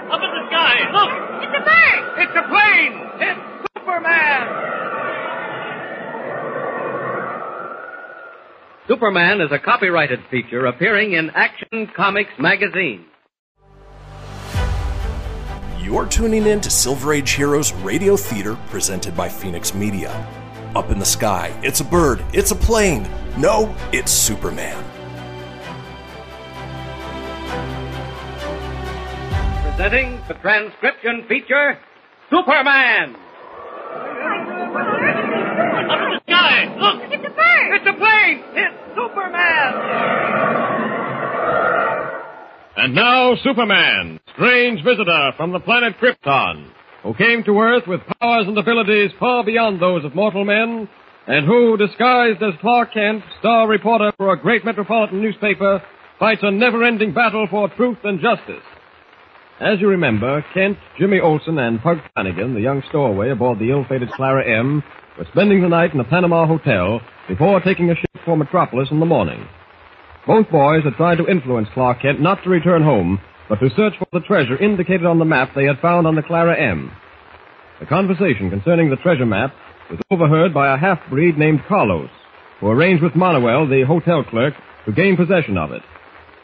Speaker 16: Up in the sky! Look! It's a bird! It's a plane! It's Superman!
Speaker 6: Superman is a copyrighted feature appearing in Action Comics magazine.
Speaker 1: You're tuning in to Silver Age Heroes Radio Theater presented by Phoenix Media. Up in the sky, it's a bird, it's a plane. No, it's Superman.
Speaker 6: Presenting the transcription feature, Superman.
Speaker 16: Up in the sky! Look! It's a bird! It's a plane! It's Superman!
Speaker 3: And now, Superman, strange visitor from the planet Krypton, who came to Earth with powers and abilities far beyond those of mortal men, and who, disguised as Clark Kent, star reporter for a great metropolitan newspaper, fights a never-ending battle for truth and justice. As you remember, Kent, Jimmy Olsen, and Pug Flanagan, the young stowaway aboard the ill-fated Clara M, were spending the night in a Panama hotel before taking a ship for Metropolis in the morning. Both boys had tried to influence Clark Kent not to return home, but to search for the treasure indicated on the map they had found on the Clara M. The conversation concerning the treasure map was overheard by a half-breed named Carlos, who arranged with Manuel, the hotel clerk, to gain possession of it.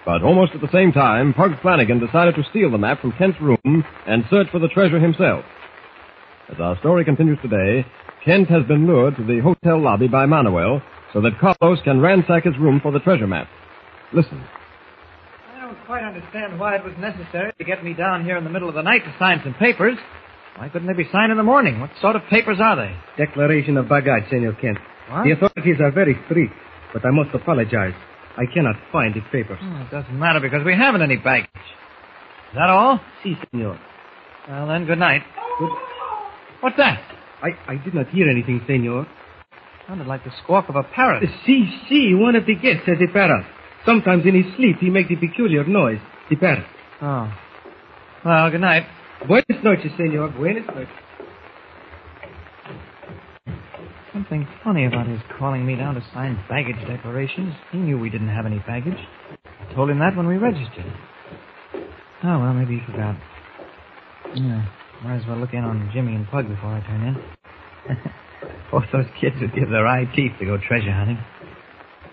Speaker 3: But almost at the same time, Pug Flanagan decided to steal the map from Kent's room and search for the treasure himself. As our story continues today, Kent has been lured to the hotel lobby by Manuel so that Carlos can ransack his room for the treasure map. Listen.
Speaker 13: I don't quite understand why it was necessary to get me down here in the middle of the night to sign some papers. Why couldn't they be signed in the morning? What sort of papers are they?
Speaker 15: Declaration of baggage, Senor Kent.
Speaker 13: What?
Speaker 15: The authorities are very strict, but I must apologize. I cannot find the papers.
Speaker 13: Hmm, it doesn't matter because we haven't any baggage. Is that all?
Speaker 15: Si, senor.
Speaker 13: Well, then, good night. What's that?
Speaker 15: I, I did not hear anything, senor. Eh,
Speaker 13: Sounded like the squawk of a parrot.
Speaker 15: Si, si, one of the guests has a parrot. Sometimes in his sleep he makes a peculiar noise, the parrot.
Speaker 13: Oh. Well, good night.
Speaker 15: Buenas noches, senor. Buenas noches.
Speaker 13: Something funny about his calling me down to sign baggage declarations. He knew we didn't have any baggage. I told him that when we registered. Oh, well, maybe he forgot. Yeah, might as well look in on Jimmy and Pug before I turn in. Both those kids would give their eye teeth to go treasure hunting.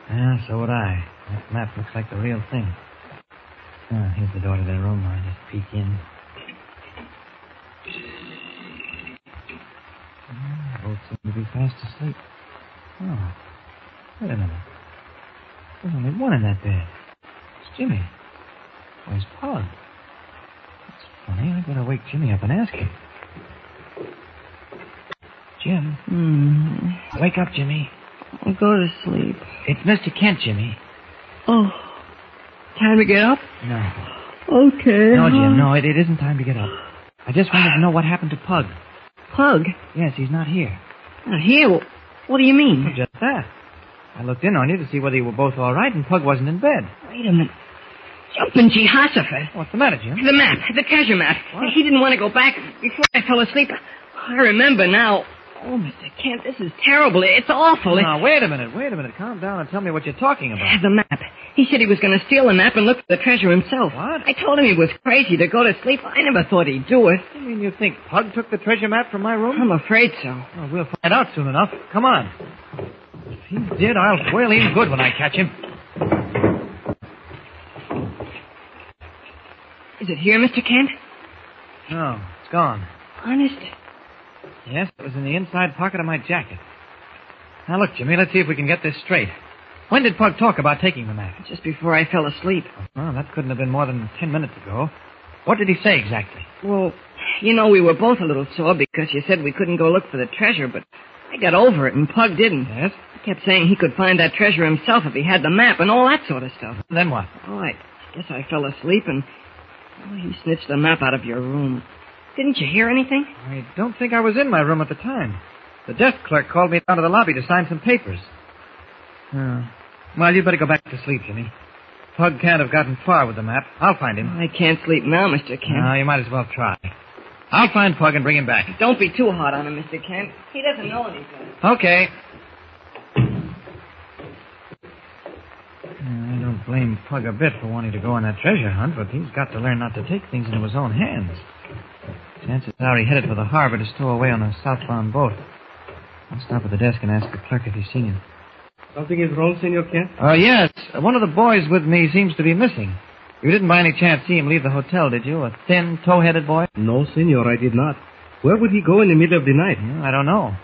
Speaker 13: Yeah, so would I. That map looks like the real thing. Ah, here's the door to their room. I'll just peek in. Ah, to be fast asleep. Oh. Wait a minute. There's only one in that bed. It's Jimmy. Where's Pollard? That's funny. I better wake Jimmy up and ask him. Jim. Wake up, Jimmy.
Speaker 12: Hmm. Go to sleep.
Speaker 13: It's Mr. Kent, Jimmy.
Speaker 12: Oh. Time to get up?
Speaker 13: No.
Speaker 12: Okay.
Speaker 13: No, Jim, no, it, it isn't time to get up. I just wanted to know what happened to Pug.
Speaker 12: Pug?
Speaker 13: Yes, he's not here.
Speaker 12: Not here? Well, What do you mean?
Speaker 13: Just that. I looked in on you to see whether you were both all right, and Pug wasn't in bed.
Speaker 12: Wait a minute. Jumping Jehoshaphat.
Speaker 13: What's the matter, Jim?
Speaker 12: The map, the treasure map. He didn't want to go back before I fell asleep. I remember now. Oh, Mr. Kent, this is terrible. It's awful. It-
Speaker 13: Now, wait a minute, wait a minute. Calm down and tell me what you're talking about.
Speaker 12: The map. He said he was going to steal the map and look for the treasure himself.
Speaker 13: What?
Speaker 12: I told him he was crazy to go to sleep. I never thought he'd do it.
Speaker 13: You mean you think Pug took the treasure map from my room?
Speaker 12: I'm afraid so.
Speaker 13: Well, we'll find out soon enough. Come on. If he did, I'll whale him good when I catch him.
Speaker 12: Is it here, Mr. Kent?
Speaker 13: No, Oh, it's gone.
Speaker 12: Honest?
Speaker 13: Yes, it was in the inside pocket of my jacket. Now look, Jimmy, let's see if we can get this straight. When did Pug talk about taking the map?
Speaker 12: Just before I fell asleep.
Speaker 13: Well, that couldn't have been more than ten minutes ago. What did he say exactly?
Speaker 12: Well, you know, we were both a little sore because you said we couldn't go look for the treasure, but I got over it and Pug didn't.
Speaker 13: Yes?
Speaker 12: He kept saying he could find that treasure himself if he had the map and all that sort of stuff.
Speaker 13: Then what?
Speaker 12: Oh, I guess I fell asleep and oh, he snitched the map out of your room. Didn't you hear anything?
Speaker 13: I don't think I was in my room at the time. The desk clerk called me down to the lobby to sign some papers. Oh. Well, you better go back to sleep, Jimmy. Pug can't have gotten far with the map. I'll find him.
Speaker 12: I can't sleep now, Mr. Kent.
Speaker 13: No, you might as well try. I'll find Pug and bring him back.
Speaker 12: Don't be too hard on him, Mr. Kent. He doesn't know anything.
Speaker 13: Okay. I don't blame Pug a bit for wanting to go on that treasure hunt, but he's got to learn not to take things into his own hands. Chances are he headed for the harbor to stow away on a southbound boat. I'll stop at the desk and ask the clerk if he's seen him.
Speaker 15: Something is wrong, Senor Kent?
Speaker 13: Oh, yes. One of the boys with me seems to be missing. You didn't by any chance see him leave the hotel, did you? A thin, tow-headed boy?
Speaker 15: No, senor, I did not. Where would he go in the middle of the night?
Speaker 13: I don't know.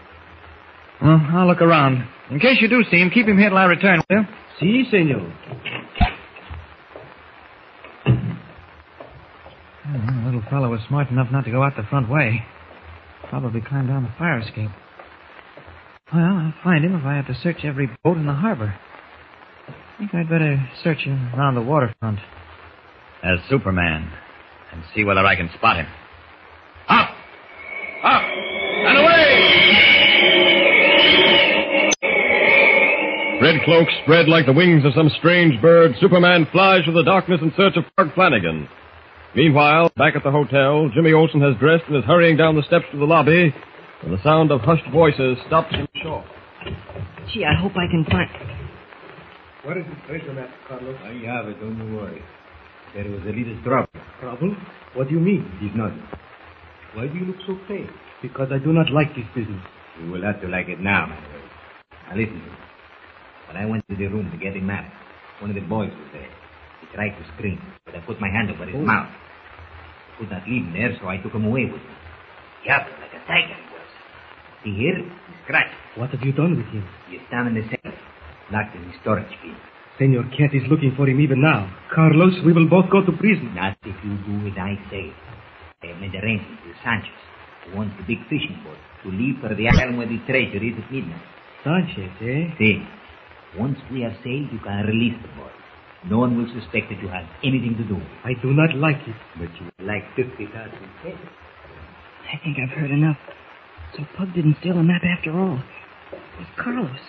Speaker 13: Well, I'll look around. In case you do see him, keep him here till I return, will you?
Speaker 15: Si, senor.
Speaker 13: Well, the little fellow was smart enough not to go out the front way. Probably climbed down the fire escape. Well, I'll find him if I have to search every boat in the harbor. I think I'd better search him around the waterfront.
Speaker 6: As Superman, and see whether I can spot him.
Speaker 16: Ah,
Speaker 6: Up! Up! And away!
Speaker 3: Red cloak spread like the wings of some strange bird, Superman flies through the darkness in search of Pug Flanagan. Meanwhile, back at the hotel, Jimmy Olsen has dressed and is hurrying down the steps to the lobby when the sound of hushed voices stops him short.
Speaker 12: Gee, I hope I can find.
Speaker 15: Where is the treasure map, Carlos?
Speaker 17: I have it, don't you worry. There was a little trouble.
Speaker 15: Trouble? What do you mean?
Speaker 17: Did nothing. Why do you look so pale?
Speaker 15: Because I do not like this business.
Speaker 17: You will have to like it now, my boy. Now listen to me. When I went to the room to get the map, one of the boys was there. He tried to scream, but I put my hand over his
Speaker 14: Oh.
Speaker 17: mouth. I could not leave him there, so I took him away with me. He howled like a tiger, he was. See here? He scratched.
Speaker 15: What have you done with him?
Speaker 17: He is down in the cellar, locked in the storage bin.
Speaker 15: Senor Kent is looking for him even now. Carlos, we will both go to prison.
Speaker 17: Not if you do as I say. I have made arrangements with Sanchez, who wants the big fishing boat, to leave for the island where the treasure is at midnight.
Speaker 15: Sanchez, eh?
Speaker 17: See, once we have sailed, you can release the boy. No one will suspect that you have anything to do with it.
Speaker 15: I do not like it.
Speaker 17: But you will like 50,000 pesos.
Speaker 12: I think I've heard enough. So Pug didn't steal the map after all. It was Carlos.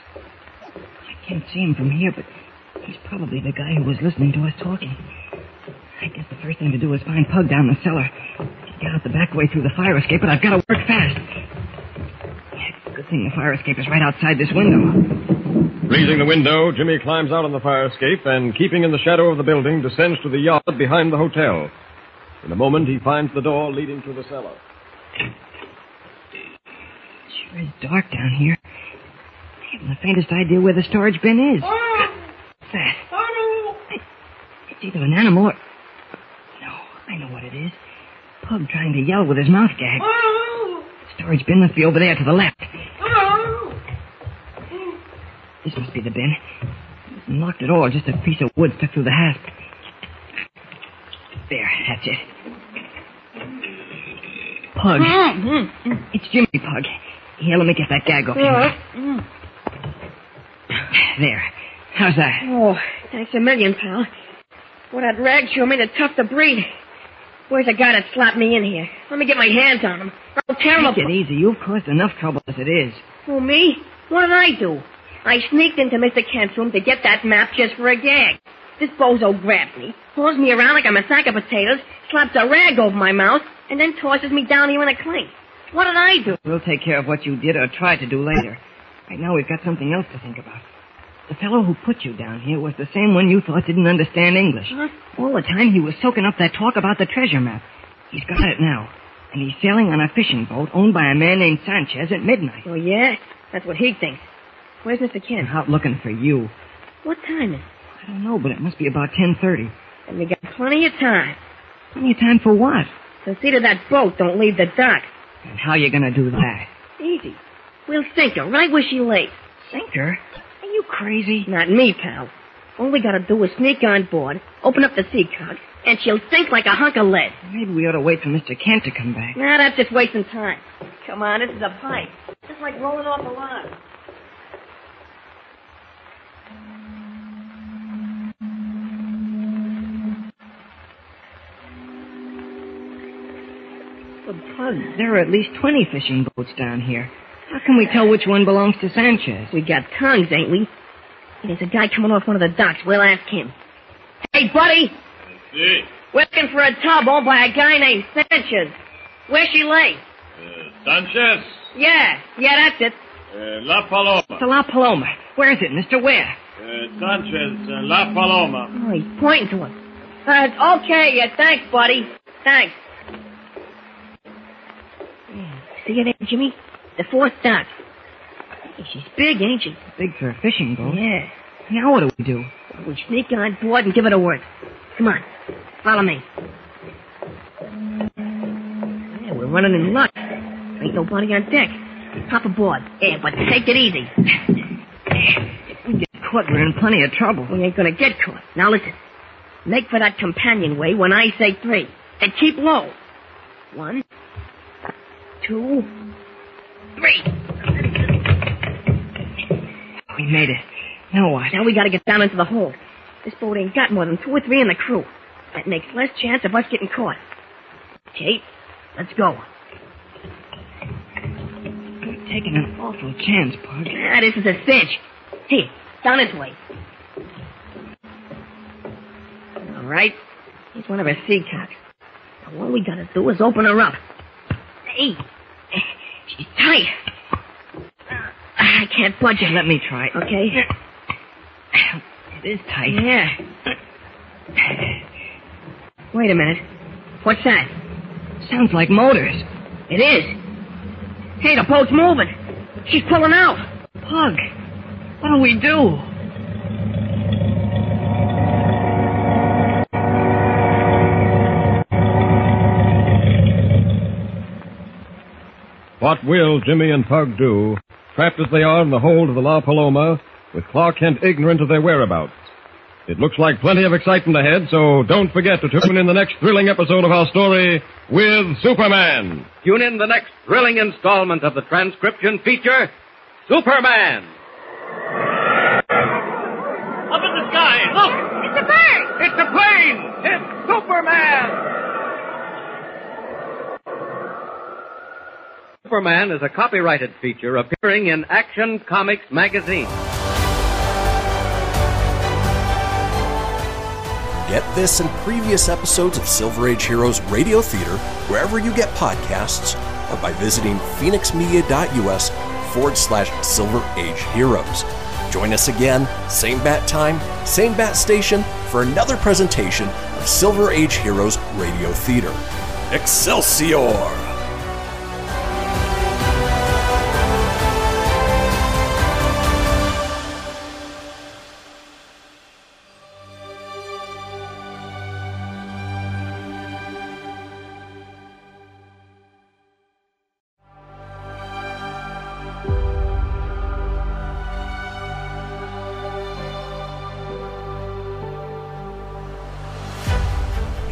Speaker 12: I can't see him from here, but he's probably the guy who was listening to us talking. I guess the first thing to do is find Pug down the cellar. Get out the back way through the fire escape, but I've got to work fast. Good thing the fire escape is right outside this window.
Speaker 3: Raising the window, Jimmy climbs out on the fire escape and, keeping in the shadow of the building, descends to the yard behind the hotel. In a moment, he finds the door leading to the cellar.
Speaker 12: Sure is dark down here. I haven't the faintest idea where the storage bin is. What's that? It's either an animal or. No, I know what it is. Pug trying to yell with his mouth gagged. Storage bin must be over there to the left. This must be the bin. It isn't locked at all, just a piece of wood stuck through the hasp. There, that's it. Pug. It's Jimmy Pug. Here, let me get that gag off you.
Speaker 8: Oh,
Speaker 12: There. How's that?
Speaker 8: Oh, thanks a million, pal. Well, that rag sure made it tough to breathe. Where's the guy that slapped me in here? Let me get my hands on him. Oh, terrible.
Speaker 12: Take it easy. You've caused enough trouble as it is.
Speaker 8: Who, me? What did I do? I sneaked into Mr. Kent's room to get that map just for a gag. This bozo grabbed me, throws me around like I'm a sack of potatoes, slaps a rag over my mouth, and then tosses me down here in a clink. What did I do?
Speaker 12: We'll take care of what you did or tried to do later. Right now, we've got something else to think about. The fellow who put you down here was the same one you thought didn't understand English. All the time he was soaking up that talk about the treasure map. He's got it now. And he's sailing on a fishing boat owned by a man named Sanchez at midnight.
Speaker 8: Oh, yeah? That's what he thinks. Where's Mr. Kent?
Speaker 12: Out looking for you.
Speaker 8: What time is it?
Speaker 12: I don't know, but it must be about 10.30.
Speaker 8: And we got plenty of time.
Speaker 12: Plenty of time for what?
Speaker 8: The seat of that boat don't leave the dock.
Speaker 12: And how you gonna do that?
Speaker 8: Easy. We'll sink her right where she lays.
Speaker 12: Sink her?
Speaker 8: Are
Speaker 12: you crazy?
Speaker 8: Not me, pal. All we gotta do is sneak on board, open up the sea cock, and she'll sink like a hunk of lead.
Speaker 12: Maybe we ought to wait for Mr. Kent to come back.
Speaker 8: Nah, that's just wasting time. Come on, this is a pipe. Just like rolling off a log.
Speaker 12: There are at least 20 fishing boats down here. How can we tell which one belongs to Sanchez?
Speaker 8: We got tongues, ain't we? There's a guy coming off one of the docks. We'll ask him. Hey, buddy!
Speaker 18: See?
Speaker 8: We're looking for a tub owned by a guy named Sanchez. Where she lay?
Speaker 18: Sanchez,
Speaker 8: Yeah, yeah, that's it.
Speaker 18: uh, La Paloma.
Speaker 8: It's La Paloma.
Speaker 12: Where is it, Mr. Ware?
Speaker 18: Uh, Sanchez, uh, La Paloma.
Speaker 8: Oh, he's pointing to us. Uh, it's okay, yeah, thanks, buddy. Thanks. Yeah, See you there, Jimmy? The fourth dock. Hey, She's big, ain't she?
Speaker 12: Big for a fishing boat.
Speaker 8: Yeah.
Speaker 12: Now what do we do?
Speaker 8: We sneak on board and give it a work. Come on. Follow me. Yeah, we're running in luck. Ain't nobody on deck. Hop aboard. Yeah, but take it easy.
Speaker 12: We get caught, we're in plenty of trouble.
Speaker 8: We ain't gonna get caught. Now listen. Make for that companionway when I say three. And keep low. One, two, three.
Speaker 12: We made it. Now what?
Speaker 8: Now we gotta get down into the hold. This boat ain't got more than two or three in the crew. That makes less chance of us getting caught. Kate, let's go.
Speaker 12: We're taking an awful chance, Pug.
Speaker 8: Ah, this is a cinch. Here, down this way. All right. Here's one of her sea cocks. Now all we gotta do is open her up. Hey, she's tight. Ah, I can't budge her.
Speaker 12: Let me try.
Speaker 8: Okay.
Speaker 12: It is tight.
Speaker 8: Yeah. Wait a minute. What's that?
Speaker 12: Sounds like motors.
Speaker 8: It is. Hey, the boat's moving. She's pulling out.
Speaker 12: Pug, what do we do?
Speaker 3: What will Jimmy and Pug do, trapped as they are in the hold of the La Paloma, with Clark Kent ignorant of their whereabouts? It looks like plenty of excitement ahead, so don't forget to tune in the next thrilling episode of our story with Superman.
Speaker 11: Tune in the next thrilling installment of the transcription feature, Superman.
Speaker 16: Up in the sky, look! It's a bird! It's a plane! It's Superman!
Speaker 11: Superman is a copyrighted feature appearing in Action Comics magazine.
Speaker 1: Get this and previous episodes of Silver Age Heroes Radio Theater wherever you get podcasts or by visiting phoenixmedia.us forward slash Silver Age Heroes. Join us again, same bat time, same bat station, for another presentation of Silver Age Heroes Radio Theater. Excelsior!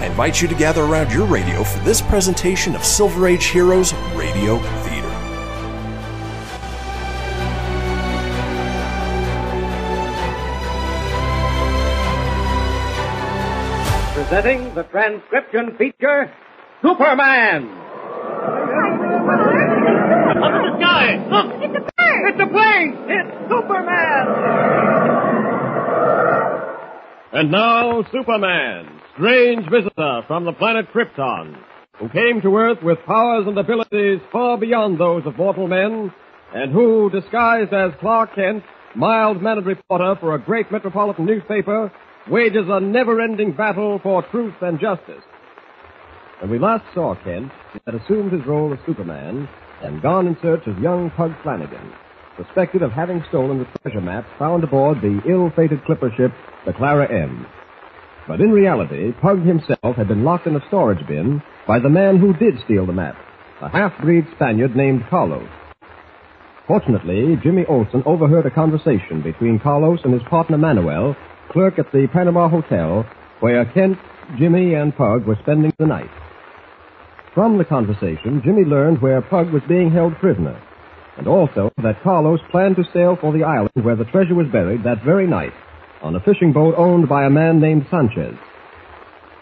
Speaker 1: I invite you to gather around your radio for this presentation of Silver Age Heroes Radio Theater.
Speaker 3: Presenting the transcription feature Superman!
Speaker 16: Up in the sky! Look! It's a bird! It's a plane! It's Superman!
Speaker 3: And now, Superman, strange visitor from the planet Krypton, who came to Earth with powers and abilities far beyond those of mortal men, and who, disguised as Clark Kent, mild-mannered reporter for a great metropolitan newspaper, wages a never-ending battle for truth and justice. When we last saw Kent, he had assumed his role as Superman and gone in search of young Pug Flanagan, suspected of having stolen the treasure map found aboard the ill-fated clipper ship, the Clara M. But in reality, Pug himself had been locked in a storage bin by the man who did steal the map, a half-breed Spaniard named Carlos. Fortunately, Jimmy Olsen overheard a conversation between Carlos and his partner Manuel, clerk at the Panama Hotel, where Kent, Jimmy, and Pug were spending the night. From the conversation, Jimmy learned where Pug was being held prisoner, and also that Carlos planned to sail for the island where the treasure was buried that very night on a fishing boat owned by a man named Sanchez.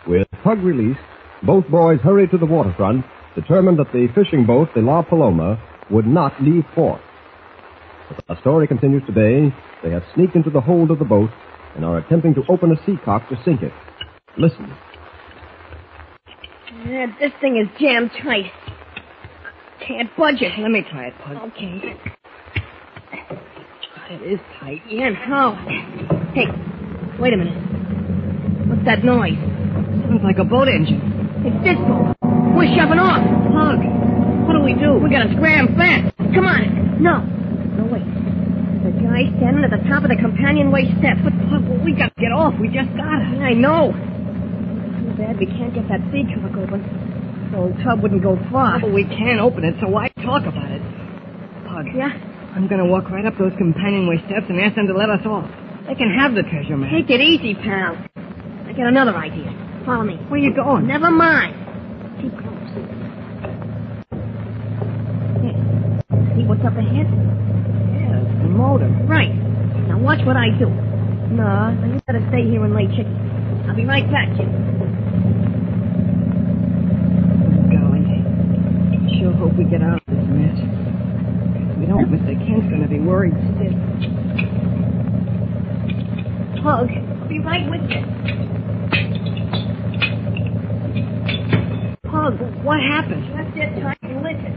Speaker 3: With Pug released, both boys hurried to the waterfront, determined that the fishing boat, the La Paloma, would not leave port. As our story continues today, they have sneaked into the hold of the boat and are attempting to open a sea cock to sink it. Listen.
Speaker 8: Yeah, this thing is jammed tight. Can't budge it.
Speaker 12: Let me try it, Pug.
Speaker 8: Okay.
Speaker 12: God, it is tight.
Speaker 8: Yeah, and how? Hey, wait a minute. What's that noise?
Speaker 12: Sounds like a boat engine.
Speaker 8: It's this boat. We're shoving off. Pug, what do we do? We gotta scram fast. Come on. No. No, wait. The guy standing at the top of the companionway steps. But, Pug, we gotta get off. We just gotta. I know. Too bad we can't get that sea cock open. Old tub wouldn't go far.
Speaker 12: Well, we can't open it, so why talk about it? Pug.
Speaker 8: Yeah?
Speaker 12: I'm gonna walk right up those companionway steps and ask them to let us off. They can have the treasure map.
Speaker 8: Take it easy, pal. I got another idea. Follow me.
Speaker 12: Where you going?
Speaker 8: Never mind. Keep close. Here. See what's up ahead? Yeah, it's the motor. Right. Now watch what I do. No, you better stay here and lay chicken. I'll be right back, Jim.
Speaker 12: I sure hope we get out of this mess. If we don't, Mr. Kent's gonna be worried stiff.
Speaker 8: Pug, I'll be right with you.
Speaker 12: Pug, what happened?
Speaker 8: Just sit tight and listen.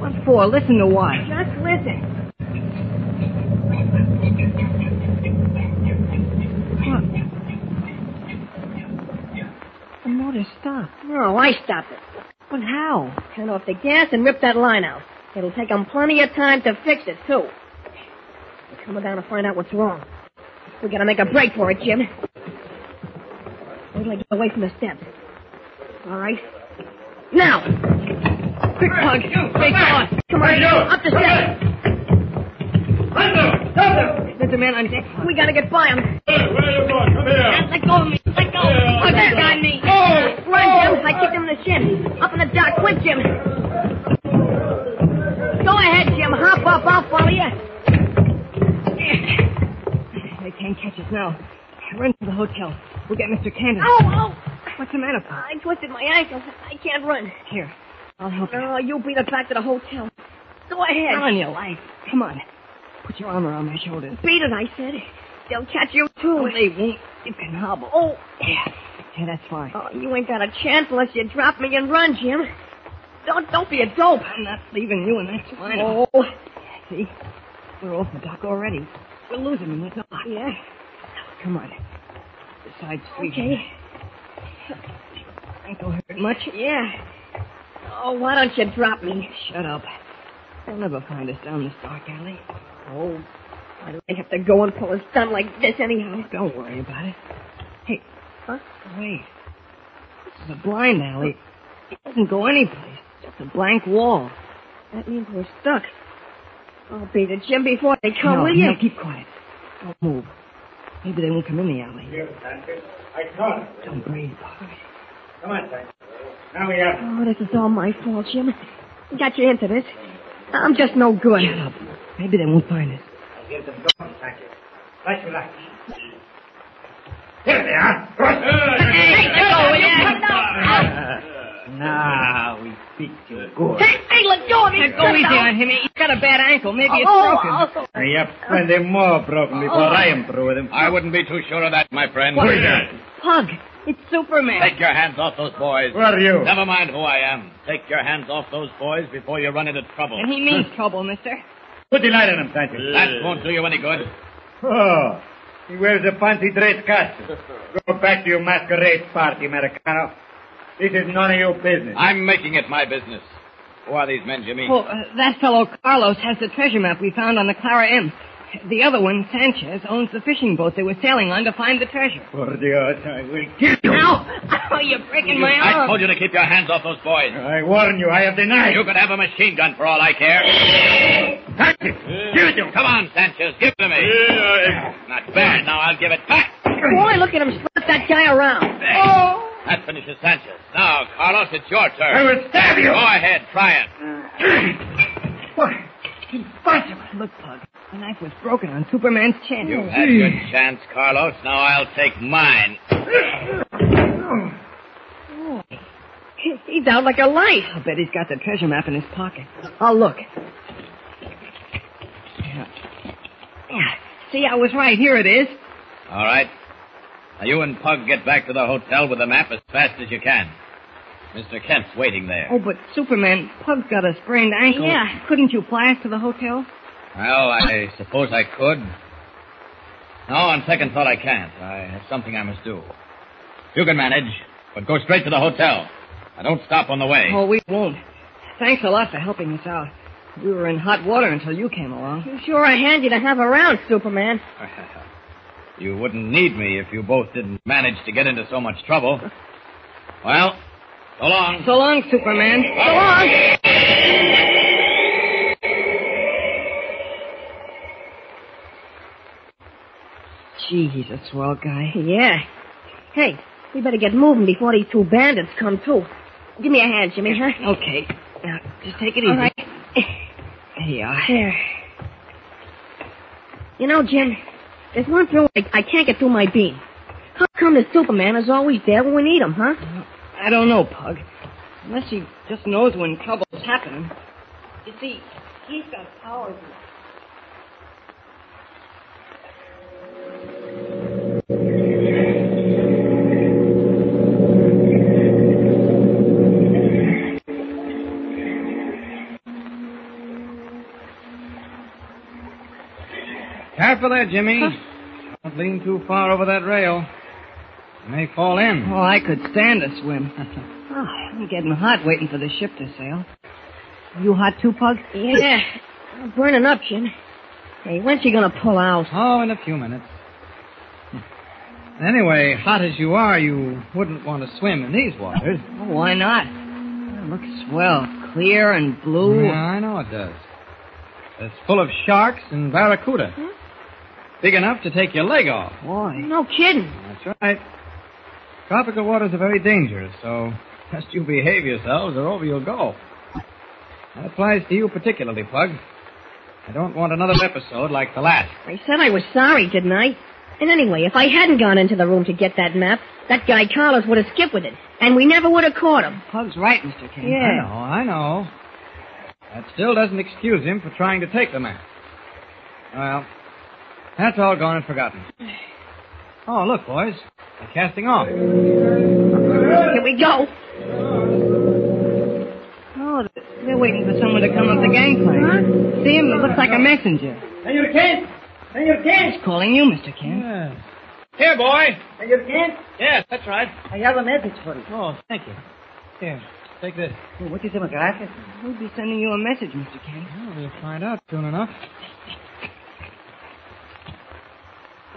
Speaker 12: What for? Listen to what?
Speaker 8: Just listen.
Speaker 12: Pug. The motor stopped.
Speaker 8: No, I stopped it.
Speaker 12: But how?
Speaker 8: Turn off the gas and rip that line out. It'll take 'em plenty of time to fix it, too. We're coming down to find out what's wrong. We gotta make a break for it, Jim. Wait till I get away from the steps. All right. Now! Quick, Pug. Face on. Come on, up the steps.
Speaker 12: There's a man on deck.
Speaker 8: We gotta get by him.
Speaker 18: Where are you going? Come here.
Speaker 8: Let go of me. Let go.
Speaker 16: Oh,
Speaker 8: Pug, that guy me. Run, Jim. I kicked him in the shin. Up in the dock. Quick, Jim. Go ahead, Jim. Hop up. I'll follow you.
Speaker 12: They can't catch us now. Run to the hotel. We'll get Mr. Cannon.
Speaker 8: Oh, oh.
Speaker 12: What's the matter, Pug?
Speaker 8: I twisted my ankle. I can't run.
Speaker 12: Here, I'll help you.
Speaker 8: Oh, you beat us back to the hotel. Go ahead.
Speaker 12: Not on your life. Come on. Put your arm around my shoulders.
Speaker 8: Beat it, I said. They'll catch you, too.
Speaker 12: Oh, they won't. You can hobble.
Speaker 8: Oh,
Speaker 12: Yeah, that's fine.
Speaker 8: oh, you ain't got a chance unless you drop me and run, Jim. Don't, don't be a dope.
Speaker 12: I'm not leaving you in that swine.
Speaker 8: Oh,
Speaker 12: See? We're off the dock already. We'll lose him in that dock.
Speaker 8: yeah.
Speaker 12: Come on. The side street.
Speaker 8: Okay.
Speaker 12: Ankle hurt much? Yeah. Oh, why don't you drop me? Shut up. They'll never find us down this dark alley. Oh, why do they have to go and pull us down like this anyhow? Don't worry about it. Hey, huh? Wait. This is a blind alley. It doesn't go anyplace. Just a blank wall. That means we're stuck. I'll beat it, Jim, before they come,
Speaker 16: No,
Speaker 12: will you?
Speaker 16: no, keep
Speaker 12: quiet. Don't move. Maybe they won't come in the alley.
Speaker 16: Yes, Sanchez. I caught it.
Speaker 12: Don't breathe.
Speaker 16: Come on, Sanchez. Now we have.
Speaker 12: Oh, this is all my fault, Jim. Got you into this. I'm just no good. Shut up. Maybe they won't find us.
Speaker 16: I'll give them going, Sanchez. Right, you like. Here they are. Hey, hey,
Speaker 12: let go, will you?
Speaker 17: Now we beat you good.
Speaker 16: Hey, hey, let go of me.
Speaker 12: Now, go easy on him. He's got a bad ankle. Maybe it's
Speaker 16: Oh,
Speaker 12: broken.
Speaker 16: oh,
Speaker 17: I have plenty more problem
Speaker 12: Oh.
Speaker 17: before I am through with him.
Speaker 6: I wouldn't be too sure of that, my friend.
Speaker 17: What?
Speaker 12: Pug, it's Superman.
Speaker 6: Take your hands off those boys.
Speaker 17: Where are you?
Speaker 6: Never mind who I am. Take your hands off those boys before you run into trouble.
Speaker 12: And he means trouble, mister.
Speaker 17: Put the light on him, Sanchez.
Speaker 6: That won't do you any good.
Speaker 17: Oh, he wears a fancy dress costume. Go back to your masquerade party, Americano. This is none of your business.
Speaker 6: I'm making it my business. Who are these men, Jimmy?
Speaker 12: Well, uh, that fellow Carlos has the treasure map we found on the Clara M. The other one, Sanchez, owns the fishing boat they were sailing on to find the treasure.
Speaker 17: Por Dios, I will kill you.
Speaker 12: Oh, you're breaking my arm.
Speaker 6: I told you to keep your hands off those boys.
Speaker 17: I warn you, I have the knife.
Speaker 6: You could have a machine gun for all I care.
Speaker 17: Sanchez, give it to
Speaker 6: Come on, Sanchez, give it to me. Not bad. Now I'll give it back.
Speaker 8: Boy, look at him slap that guy around. Oh.
Speaker 6: That finishes Sanchez. Now, Carlos, it's your turn.
Speaker 16: I will stab you.
Speaker 6: Go ahead, try it.
Speaker 12: Look, Pug, the knife was broken on Superman's chin.
Speaker 6: You had your chance, Carlos. Now I'll take mine.
Speaker 12: Boy, he's out like a light. I'll bet he's got the treasure map in his pocket. I'll look. Yeah. Yeah. See, I was right. Here it is.
Speaker 6: All right. Now you and Pug get back to the hotel with the map as fast as you can. Mr. Kent's waiting there.
Speaker 12: Oh, but Superman, Pug's got a sprained ankle.
Speaker 6: Yeah.
Speaker 12: Couldn't you fly us to the hotel?
Speaker 6: Well, I suppose I could. No, on second thought, I can't. I have something I must do. You can manage, but go straight to the hotel. I don't stop on the way.
Speaker 12: Oh, we won't. Thanks a lot for helping us out. We were in hot water until you came along.
Speaker 8: I'm sure a hand you to have around, Superman.
Speaker 6: You wouldn't need me if you both didn't manage to get into so much trouble. Well, so long.
Speaker 12: So long, Superman. So
Speaker 8: long.
Speaker 12: Gee, he's a swell guy.
Speaker 8: Yeah. Hey, we better get moving before these two bandits come too. Give me a hand, Jimmy, huh?
Speaker 12: Okay. Now, Oh, just take it easy.
Speaker 8: All right.
Speaker 12: There you are.
Speaker 8: There. You know, Jim, there's one thing I, I can't get through my bean. How come the Superman is always there when we need him, huh?
Speaker 12: I don't know, Pug. Unless he just knows when trouble's happening. You see, he's got powers.
Speaker 13: Careful there, Jimmy. Don't lean too far over that rail. You may fall in.
Speaker 12: Oh, I could stand a swim. oh, I'm getting hot waiting for the ship to sail. You hot too, Pug?
Speaker 8: Yeah. I'm burning up, Jim. Hey, when's she gonna pull out?
Speaker 13: Oh, in a few minutes. Anyway, hot as you are, you wouldn't want to swim in these waters.
Speaker 12: Oh, why not? It looks swell. Clear and blue.
Speaker 13: Yeah, I know it does. It's full of sharks and barracuda.
Speaker 12: Hmm?
Speaker 13: Big enough to take your leg off.
Speaker 12: Boy.
Speaker 8: No kidding.
Speaker 13: That's right. Tropical waters are very dangerous, so just you behave yourselves or over you'll go. That applies to you particularly, Pug. I don't want another episode like the last.
Speaker 8: I said I was sorry, didn't I? And anyway, if I hadn't gone into the room to get that map, that guy Carlos would have skipped with it, and we never would have caught him.
Speaker 12: Pug's right, Mr. King.
Speaker 13: I know, I know. That still doesn't excuse him for trying to take the man. Well, that's all gone and forgotten. Oh, look, boys. They're casting off.
Speaker 8: Here we go.
Speaker 12: Oh, they're waiting for someone to come up the gangplank. Huh? See him? It looks like a messenger.
Speaker 16: Senor Kent! Senor Kent!
Speaker 12: He's calling you, Mr. King.
Speaker 13: Yes. Here, boy.
Speaker 19: Are you Kent?
Speaker 13: Yes, that's right.
Speaker 19: I have a message for you.
Speaker 13: Oh, thank you. Here, take this.
Speaker 19: what is it, McGrath?
Speaker 12: Who'd be sending you a message, Mr. Kent?
Speaker 13: Well, we'll find out soon enough.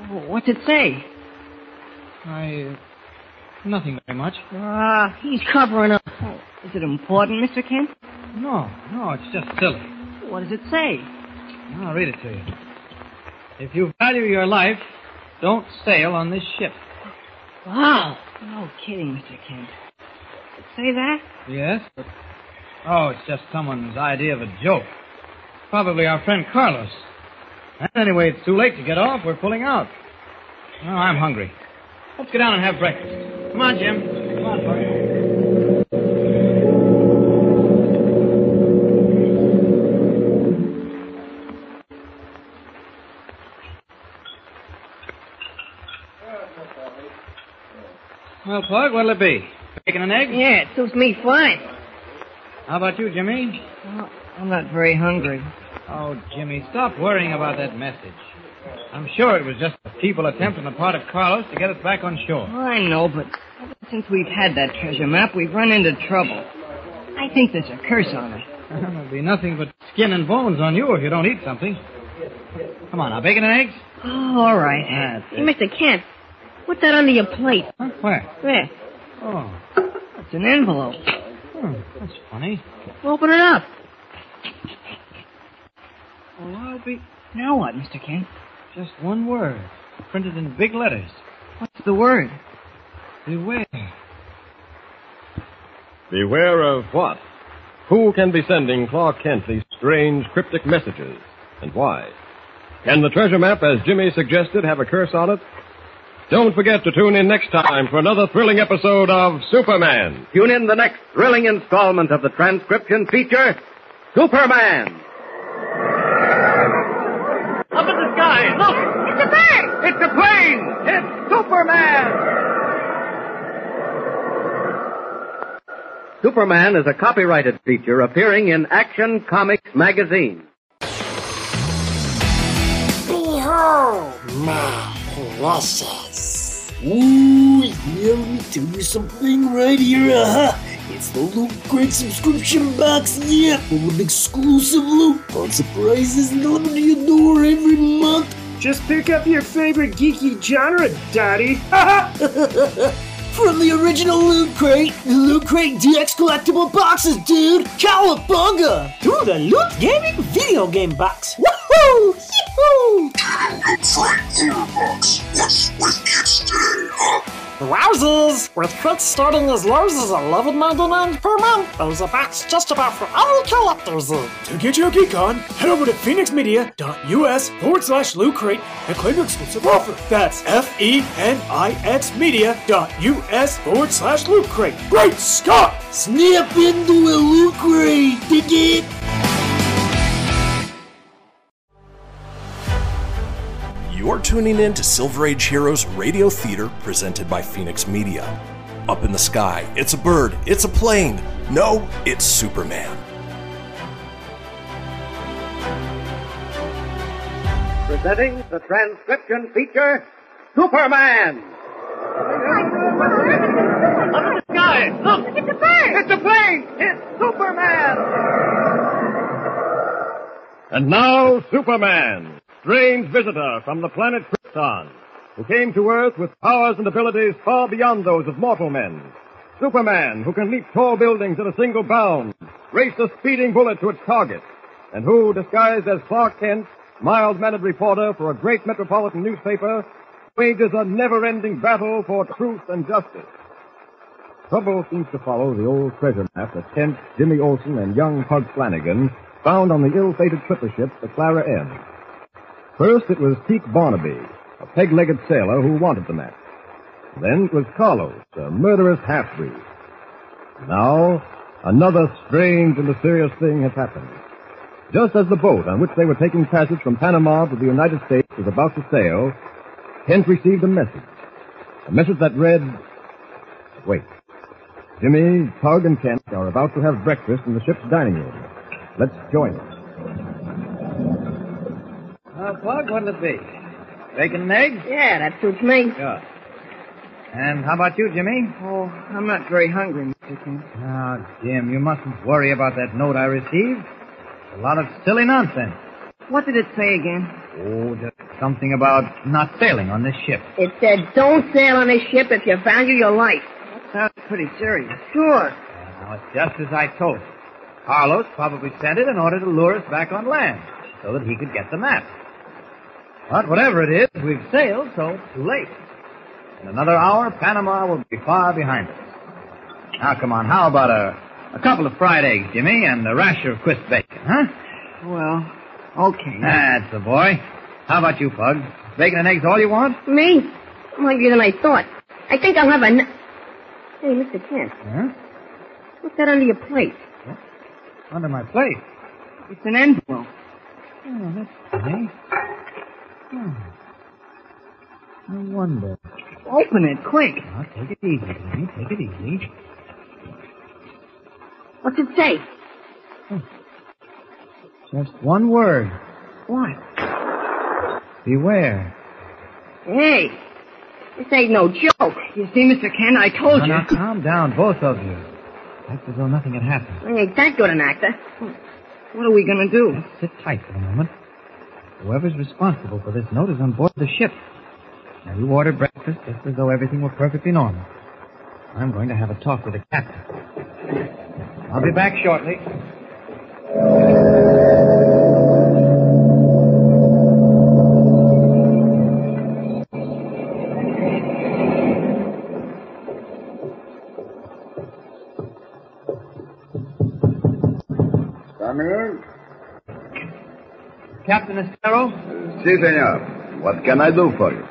Speaker 12: Oh, what's it say?
Speaker 13: I. Uh, nothing very much.
Speaker 12: Ah, he's covering up. Is it important, Mr. Kent?
Speaker 13: No, no, it's just silly.
Speaker 12: What does it say?
Speaker 13: I'll read it to you. If you value your life, don't sail on this ship.
Speaker 12: Wow. No kidding, Mr. Kent. Say that?
Speaker 13: Yes, but. Oh, it's just someone's idea of a joke. Probably our friend Carlos. And anyway, it's too late to get off. We're pulling out. Oh, I'm hungry. Let's go down and have breakfast. Come on, Jim. Come on, Bert. Well, Plug, what'll it be? Bacon and eggs?
Speaker 8: Yeah, it suits me fine.
Speaker 13: How about you, Jimmy?
Speaker 12: I'm not very hungry.
Speaker 13: Oh, Jimmy, stop worrying about that message. I'm sure it was just a feeble attempt on the part of Carlos to get us back on shore.
Speaker 12: Well, I know, but ever since we've had that treasure map, we've run into trouble. I think there's a curse on us.
Speaker 13: There'll be nothing but skin and bones on you if you don't eat something. Come on, now, bacon and eggs?
Speaker 12: Oh, all right.
Speaker 8: Hey, Mr. Kent, put that under your plate.
Speaker 13: Where?
Speaker 8: There.
Speaker 13: Oh,
Speaker 12: It's an envelope.
Speaker 13: Hmm, that's funny.
Speaker 12: Open it up. Well, I'll be. Now what, Mr. Kent?
Speaker 13: Just one word, printed in big letters.
Speaker 12: What's the word?
Speaker 13: Beware.
Speaker 3: Beware of what? Who can be sending Clark Kent these strange cryptic messages, and why? Can the treasure map, as Jimmy suggested, have a curse on it? Don't forget to tune in next time for another thrilling episode of Superman.
Speaker 20: Tune in the next thrilling installment of the transcription feature, Superman.
Speaker 16: Up in the sky! Look! It's a bird! It's a plane! It's Superman!
Speaker 20: Superman is a copyrighted feature appearing in Action Comics magazine.
Speaker 9: Behold my process. Ooh, yeah, let me tell you something right here. Uh-huh. It's the Loot Crate subscription box, yeah, full of exclusive loot, fun surprises delivered to your door every month.
Speaker 10: Just pick up your favorite geeky genre, Daddy.
Speaker 9: From the original Loot Crate, the Loot Crate DX collectible boxes, dude! Cowabunga!
Speaker 10: To the Loot Gaming video game box. Woohoo! Yee-hoo! Wowzers! With crates starting as low as $11.99 per month, there's a box just about for all collectors. To get your geek on, head over to phoenixmedia.us forward slash loot crate and claim your exclusive offer. That's E F-E-N-I-X media.us forward slash loot crate. Great Scott!
Speaker 9: Snap into a Loot Crate, dig it!
Speaker 1: You're tuning in to Silver Age Heroes Radio Theater presented by Phoenix Media. Up in the sky, it's a bird, it's a plane. No, it's Superman.
Speaker 20: Presenting the transcription feature, Superman.
Speaker 16: Up in the sky! Look! It's a bird! It's a plane! It's Superman!
Speaker 3: And now, Superman, strange visitor from the planet Krypton, who came to Earth with powers and abilities far beyond those of mortal men. Superman, who can leap tall buildings in a single bound, race a speeding bullet to its target, and who, disguised as Clark Kent, mild-mannered reporter for a great metropolitan newspaper, wages a never-ending battle for truth and justice. Trouble seems to follow the old treasure map that Kent, Jimmy Olsen, and young Hug Flanagan found on the ill-fated clipper ship, the Clara M. First, it was Teak Barnaby, a peg-legged sailor who wanted the map. Then it was Carlos, a murderous half-breed. Now, another strange and mysterious thing has happened. Just as the boat on which they were taking passage from Panama to the United States was about to sail, Kent received a message. A message that read, Wait. Jimmy, Tug, and Kent are about to have breakfast in the ship's dining room. Let's join them.
Speaker 13: Uh, Plug, what'll it be? Bacon and eggs?
Speaker 8: Yeah, that suits me.
Speaker 13: Sure. And how about you, Jimmy?
Speaker 19: Oh, I'm not very hungry, Mr. King.
Speaker 13: Now, Jim, you mustn't worry about that note I received. A lot of silly nonsense.
Speaker 19: What did it say again?
Speaker 13: Oh, just something about not sailing on this ship.
Speaker 8: It said, don't sail on this ship if you value your life.
Speaker 19: Sounds pretty serious. Sure.
Speaker 13: Now, it's just as I told you. Carlos probably sent it in order to lure us back on land so that he could get the map. But whatever it is, we've sailed, so it's too late. In another hour, Panama will be far behind us. Now, come on, how about a, a couple of fried eggs, Jimmy, and a rasher of crisp bacon, huh?
Speaker 19: Well, okay.
Speaker 13: That's the boy. How about you, Pug? Bacon and eggs all you want?
Speaker 8: Me? I'm hungrier than I thought. I think I'll have a... n- Hey, Mr. Kent,
Speaker 13: Huh?
Speaker 8: what's that under your plate?
Speaker 13: Under my plate.
Speaker 19: It's an envelope.
Speaker 13: Oh, that's funny. Hmm. I wonder.
Speaker 19: Open it, quick.
Speaker 13: Now, take it easy, Jimmy. Take it easy.
Speaker 8: What's it say?
Speaker 13: Hmm. Just one word.
Speaker 8: What?
Speaker 13: Beware.
Speaker 8: Hey, this ain't no joke. You see, Mr. Kent, I told
Speaker 13: now,
Speaker 8: you.
Speaker 13: now, calm down, both of you. Act as though nothing had happened.
Speaker 8: I ain't that good an actor. What are we gonna do?
Speaker 13: Sit tight for a moment. Whoever's responsible for this note is on board the ship. Now, you order breakfast just as though everything were perfectly normal. I'm going to have a talk with the captain. I'll be back shortly.
Speaker 21: Come in.
Speaker 13: Captain Estero?
Speaker 21: Si, senor. What can I do for you?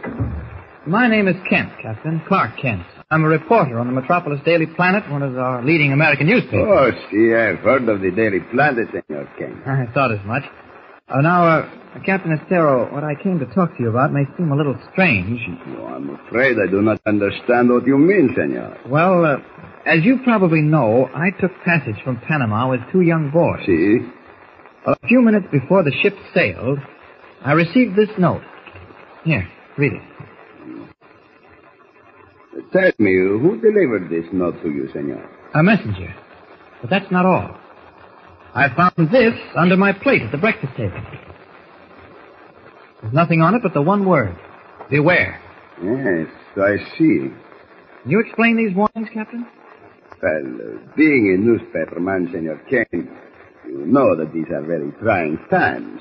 Speaker 13: My name is Kent, Captain. Clark Kent. I'm a reporter on the Metropolis Daily Planet, one of our leading American newspapers.
Speaker 21: Oh, si, I've heard of the Daily Planet, senor King.
Speaker 13: I thought as much. Uh, now, uh, Captain Estero, what I came to talk to you about may seem a little strange.
Speaker 21: No, I'm afraid I do not understand what you mean, senor.
Speaker 13: Well, uh, as you probably know, I took passage from Panama with two young boys.
Speaker 21: See?
Speaker 13: A few minutes before the ship sailed, I received this note. Here, read it.
Speaker 21: Tell me, who delivered this note to you, senor?
Speaker 13: A messenger. But that's not all. I found this under my plate at the breakfast table. There's nothing on it but the one word. Beware.
Speaker 21: Yes, I see.
Speaker 13: Can you explain these warnings, Captain?
Speaker 21: Well, uh, being a newspaperman, senor King, you know that these are very trying times.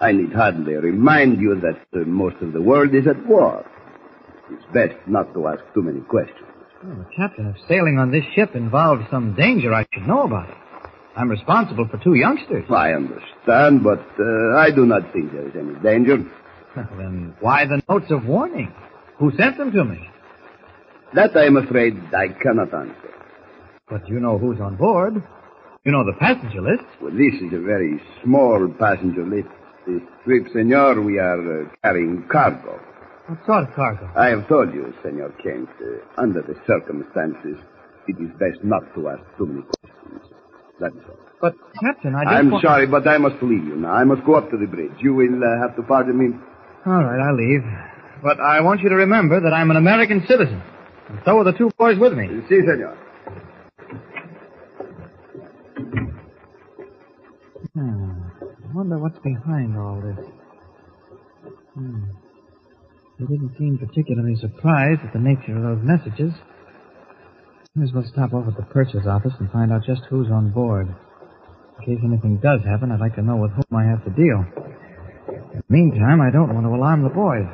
Speaker 21: I need hardly remind you that uh, most of the world is at war. It's best not to ask too many questions.
Speaker 13: Well, the captain, if sailing on this ship involves some danger, I should know about it. I'm responsible for two youngsters.
Speaker 21: I understand, but uh, I do not think there is any danger.
Speaker 13: then why the notes of warning? Who sent them to me?
Speaker 21: That I am afraid I cannot answer.
Speaker 13: But you know who's on board. You know the passenger list.
Speaker 21: Well, this is a very small passenger list. This trip, senor, we are uh, carrying cargo.
Speaker 13: What sort of cargo?
Speaker 21: I have told you, senor Kent, uh, under the circumstances, it is best not to ask too many questions. That's all.
Speaker 13: But, Captain, I just
Speaker 21: I'm
Speaker 13: want-
Speaker 21: sorry, but I must leave you now. I must go up to the bridge. You will uh, have to pardon me.
Speaker 13: All right, I'll leave. But I want you to remember that I'm an American citizen. And so are the two boys with me.
Speaker 21: Si, senor.
Speaker 13: Hmm. I wonder what's behind all this. Hmm. They didn't seem particularly surprised at the nature of those messages. Might as well stop off at the purchase office and find out just who's on board. In case anything does happen, I'd like to know with whom I have to deal. In the meantime, I don't want to alarm the boys.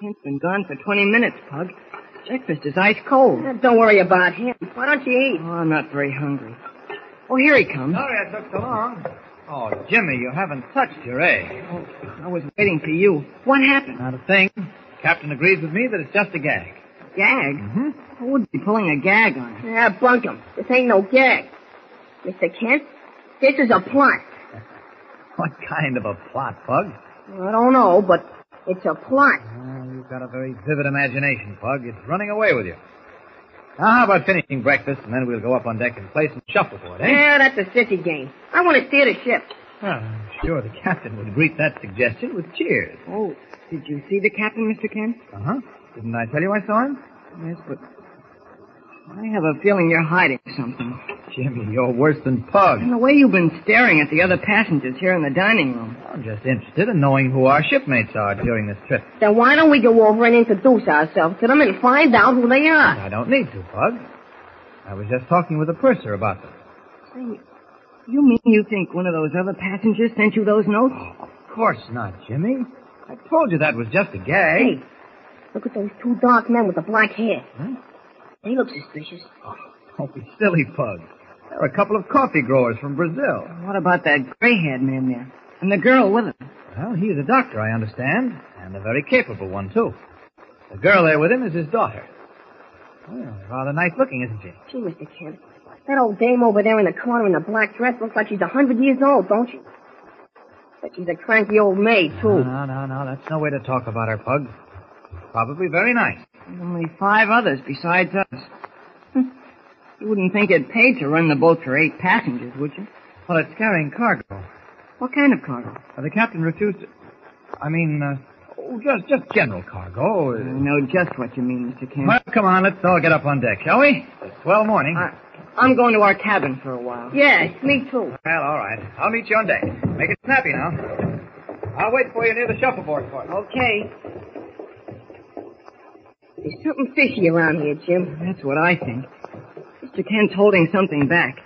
Speaker 19: Kent's been gone for 20 minutes, Pug. Breakfast is ice cold.
Speaker 8: Don't worry about him. Why don't you eat?
Speaker 19: Oh, I'm not very hungry. Oh, here he comes.
Speaker 13: Sorry I took so long. Oh, Jimmy, you haven't touched your egg.
Speaker 19: I was waiting for you. What happened?
Speaker 13: Not a thing. Captain agrees with me that it's just a gag.
Speaker 19: Gag? Mm-hmm. Who would be pulling a gag on him?
Speaker 8: Yeah, bunk him. This ain't no gag. Mr. Kent, this is a plot.
Speaker 13: What kind of a plot, Pug?
Speaker 8: I don't know, but it's a plot.
Speaker 13: Oh, you've got a very vivid imagination, Pug. It's running away with you. Now, how about finishing breakfast, and then we'll go up on deck and play some shuffleboard, eh?
Speaker 8: Yeah, that's a sissy game. I want to steer the ship.
Speaker 13: Well, I'm sure the captain would greet that suggestion with cheers.
Speaker 12: Oh, did you see the captain, Mr. Kent?
Speaker 13: Uh-huh. Didn't I tell you I saw him?
Speaker 12: Yes, but I have a feeling you're hiding something.
Speaker 13: Jimmy, you're worse than Pug.
Speaker 12: And the way you've been staring at the other passengers here in the dining room.
Speaker 13: I'm just interested in knowing who our shipmates are during this trip.
Speaker 8: Then why don't we go over and introduce ourselves to them and find out who they are?
Speaker 13: I don't need to, Pug. I was just talking with the purser about them.
Speaker 12: Say, You mean you think one of those other passengers sent you those notes?
Speaker 13: Of course not, Jimmy. I told you that was just a gag.
Speaker 8: Hey, look at those two dark men with the black hair. They look suspicious.
Speaker 13: Don't be Oh, silly, Pug. They're a couple of coffee growers from Brazil.
Speaker 12: What about that gray-haired man there? And the girl with him?
Speaker 13: Well, he's a doctor, I understand, and a very capable one, too. The girl there with him is his daughter. Well, rather nice looking, isn't she?
Speaker 8: Gee, Mr. Kent, that old dame over there in the corner in the black dress looks like she's a hundred years old, don't she? But she's a cranky old maid, too.
Speaker 13: No, no, no, that's no way to talk about her, Pug. Probably very nice.
Speaker 12: Only five others besides us. Hmm. you wouldn't think it paid to run the boat for eight passengers, would you?
Speaker 13: Well, it's carrying cargo.
Speaker 12: What kind of cargo?
Speaker 13: Uh, the captain refused. To... I mean, uh, oh, just just general cargo.
Speaker 12: I know just what you mean, Mr. Kent.
Speaker 13: Well, come on, let's all get up on deck, shall we? It's twelve morning.
Speaker 12: Uh, I'm going to our cabin for a while.
Speaker 8: Yes, me too.
Speaker 13: Well, all right. I'll meet you on deck. Make it snappy now. I'll wait for you near the shuffleboard for
Speaker 12: Okay.
Speaker 8: There's something fishy around here, Jim.
Speaker 12: That's what I think. Mr. Kent's holding something back.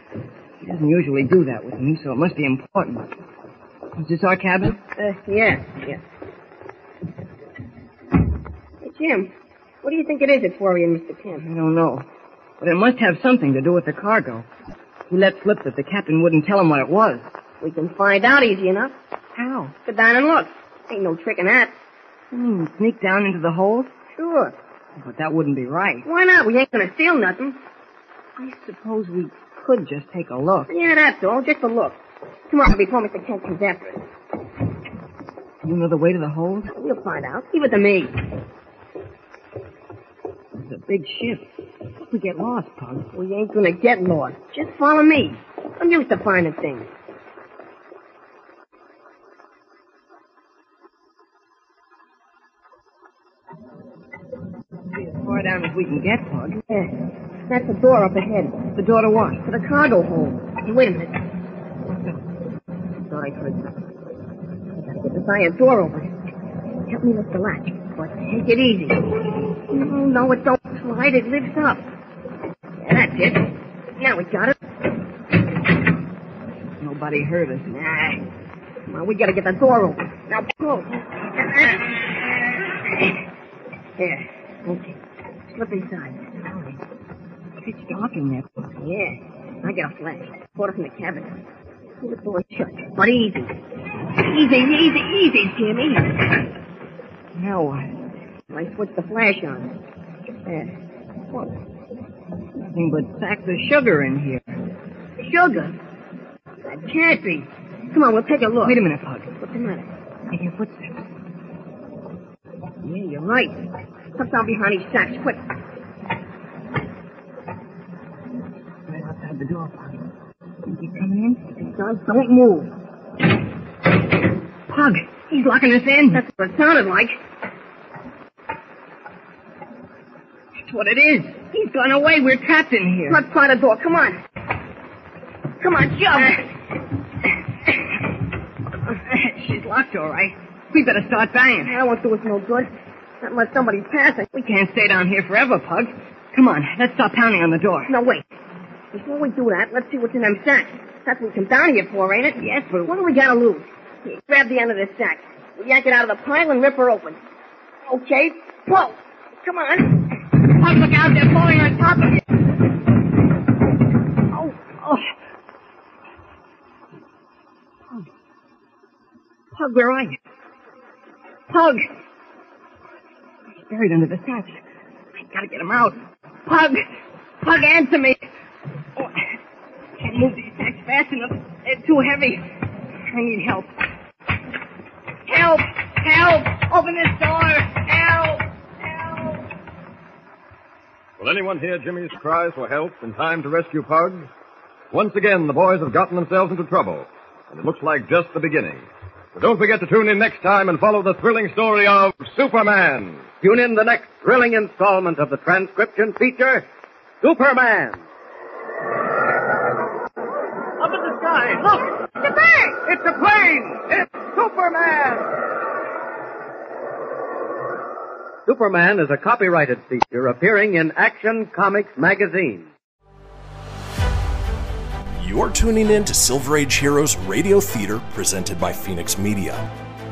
Speaker 12: He doesn't usually do that with me, so it must be important. Is this our cabin?
Speaker 8: Uh, yeah, yeah. Hey, Jim, what do you think it is that's worrying Mr. Kent?
Speaker 12: I don't know. But it must have something to do with the cargo. He let slip that the captain wouldn't tell him what it was.
Speaker 8: We can find out easy enough.
Speaker 12: How?
Speaker 8: Go down and look. Ain't no trick in that.
Speaker 12: You mean sneak down into the hold?
Speaker 8: Sure.
Speaker 12: But that wouldn't be right.
Speaker 8: Why not? We ain't gonna steal nothing.
Speaker 12: I suppose we could just take a look.
Speaker 8: Yeah, that's all. Just a look. Come on, before Mr. Kent comes after us.
Speaker 12: You know the way to the hold?
Speaker 8: We'll find out. Give it to me.
Speaker 12: It's a big ship. What if we get lost, Pug?
Speaker 8: We ain't gonna get lost. Just follow me. I'm used to finding things.
Speaker 12: Be as far down as we can get, Pug.
Speaker 8: Yeah. That's the door up ahead.
Speaker 12: The door to what?
Speaker 8: To the cargo hold. Hey, wait a minute. Thought I heard something. Gotta get this iron door open. Help me lift the latch. But take it easy. No, no, it don't slide. It lifts up. Yeah, that's it. Now we got it.
Speaker 12: Nobody heard us.
Speaker 8: Nah. Come on, we gotta get the door open. Now go. There. Okay. Slip inside. All right.
Speaker 12: It's dark in there. Pug.
Speaker 8: Yeah. I got a flash. Bought it from the cabin. Pull the door shut. But easy. Easy, easy, easy, Jimmy.
Speaker 12: Now what?
Speaker 8: I switched the flash on. There. What?
Speaker 12: Nothing but sacks of sugar in here.
Speaker 8: Sugar. That can't be. Come on, we'll take a look.
Speaker 12: Wait a minute, Pug.
Speaker 8: What's the matter?
Speaker 12: I hear footsteps.
Speaker 8: Yeah, you're right. Come down behind these sacks, quick.
Speaker 12: Right outside the door, Pug. Think he's coming in?
Speaker 8: John, don't move.
Speaker 12: Pug, he's locking us in.
Speaker 8: That's what it sounded like.
Speaker 12: That's what it is. He's gone away. We're trapped in here.
Speaker 8: Let's try the door. Come on. Come on,
Speaker 12: Ah,
Speaker 8: jump.
Speaker 12: She's locked, all right. We better start banging.
Speaker 8: That won't do us no good. Not unless somebody passes.
Speaker 12: We can't stay down here forever, Pug. Come on, let's stop pounding on the door.
Speaker 8: No, wait. Before we do that, let's see what's in them sacks. That's what we come down here for, ain't it?
Speaker 12: Yes, but-
Speaker 8: What do we gotta lose? Here, grab the end of this sack. We yank it out of the pile and rip her open. Okay. Whoa! Come on. Pug, look out. They're falling on top of you.
Speaker 12: Oh, oh. Pug. Pug, where are you? Pug! He's buried under the thatch. I gotta get him out. Pug! Pug, answer me! Oh, I can't move these sacks fast enough. They're too heavy. I need help. Help! Help! Open this door! Help! Help!
Speaker 3: Will anyone hear Jimmy's cries for help in time to rescue Pug? Once again, the boys have gotten themselves into trouble, and it looks like just the beginning. But don't forget to tune in next time and follow the thrilling story of Superman.
Speaker 20: Tune in the next thrilling installment of the transcription feature, Superman.
Speaker 16: Up in the sky. Look! It's a bird! It's a plane! It's Superman!
Speaker 2: Superman is a copyrighted feature appearing in Action Comics magazine.
Speaker 1: You're tuning in to Silver Age Heroes Radio Theater presented by Phoenix Media.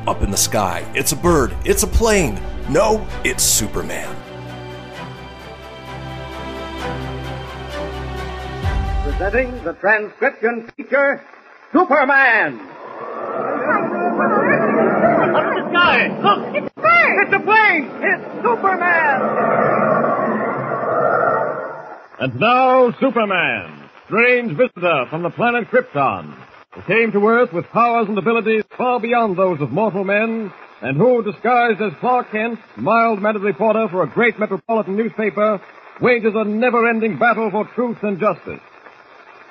Speaker 1: Up in the sky, it's a bird, it's a plane. No, it's Superman.
Speaker 2: Presenting the transcription feature, Superman.
Speaker 16: Up in the sky. Look! It's a bird! It's a plane! It's Superman!
Speaker 3: And now, Superman, strange visitor from the planet Krypton, who came to Earth with powers and abilities far beyond those of mortal men, and who, disguised as Clark Kent, mild-mannered reporter for a great metropolitan newspaper, wages a never-ending battle for truth and justice.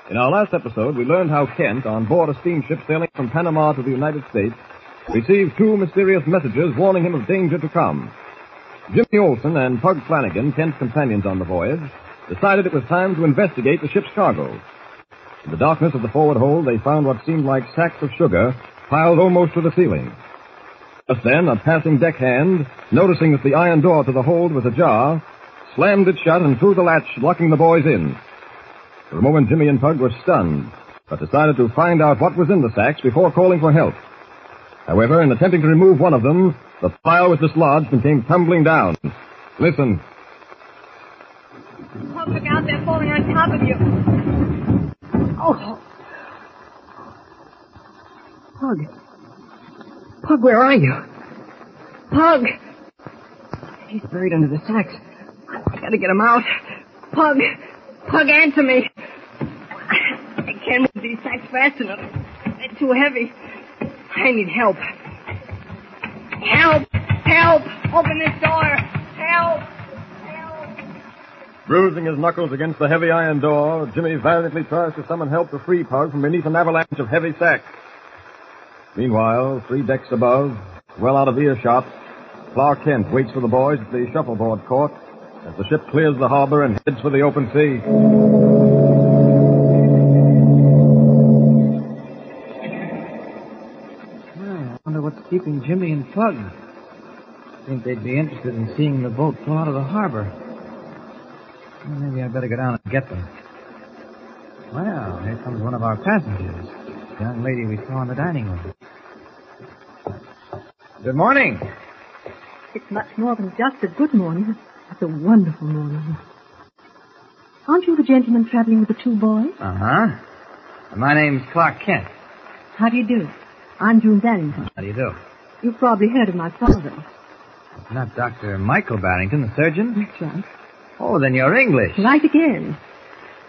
Speaker 3: In our last episode, we learned how Kent, on board a steamship sailing from Panama to the United States, received two mysterious messages warning him of danger to come. Jimmy Olsen and Pug Flanagan, Kent's companions on the voyage, decided it was time to investigate the ship's cargo. In the darkness of the forward hold, they found what seemed like sacks of sugar piled almost to the ceiling. Just then, a passing deckhand, noticing that the iron door to the hold was ajar, slammed it shut and threw the latch, locking the boys in. For a moment, Jimmy and Pug were stunned, but decided to find out what was in the sacks before calling for help. However, in attempting to remove one of them, the pile was dislodged and came tumbling down. Listen.
Speaker 12: Pug, look out, they're falling on top of you. Oh.
Speaker 22: Oh,
Speaker 23: Pug. Pug, where are you? Pug! He's buried under the sacks.
Speaker 12: I gotta get him out. Pug! Pug, answer me. I can't move these sacks fast enough. They're too heavy. I need help. Help! Help! Open this door! Help!
Speaker 3: Bruising his knuckles against the heavy iron door, Jimmy valiantly tries to summon help to free Pug from beneath an avalanche of heavy sacks. Meanwhile, three decks above, well out of earshot, Clark Kent waits for the boys at the shuffleboard court as the ship clears the harbor and heads for the open sea.
Speaker 13: I wonder what's keeping Jimmy and Pug. Think they'd be interested in seeing the boat pull out of the harbor. Well, Maybe I'd better go down and get them. Well, here comes one of our passengers. The young lady we saw in the dining room. Good morning.
Speaker 22: It's much more than just a good morning. It's a wonderful morning. Aren't you the gentleman traveling with the two boys?
Speaker 13: Uh huh. My name's Clark Kent.
Speaker 22: How do you do? I'm June Barrington.
Speaker 13: How do you do?
Speaker 22: You've probably heard of my father.
Speaker 13: Not Dr. Michael Barrington, the surgeon?
Speaker 22: That's right.
Speaker 13: Oh, then you're English.
Speaker 22: Right again.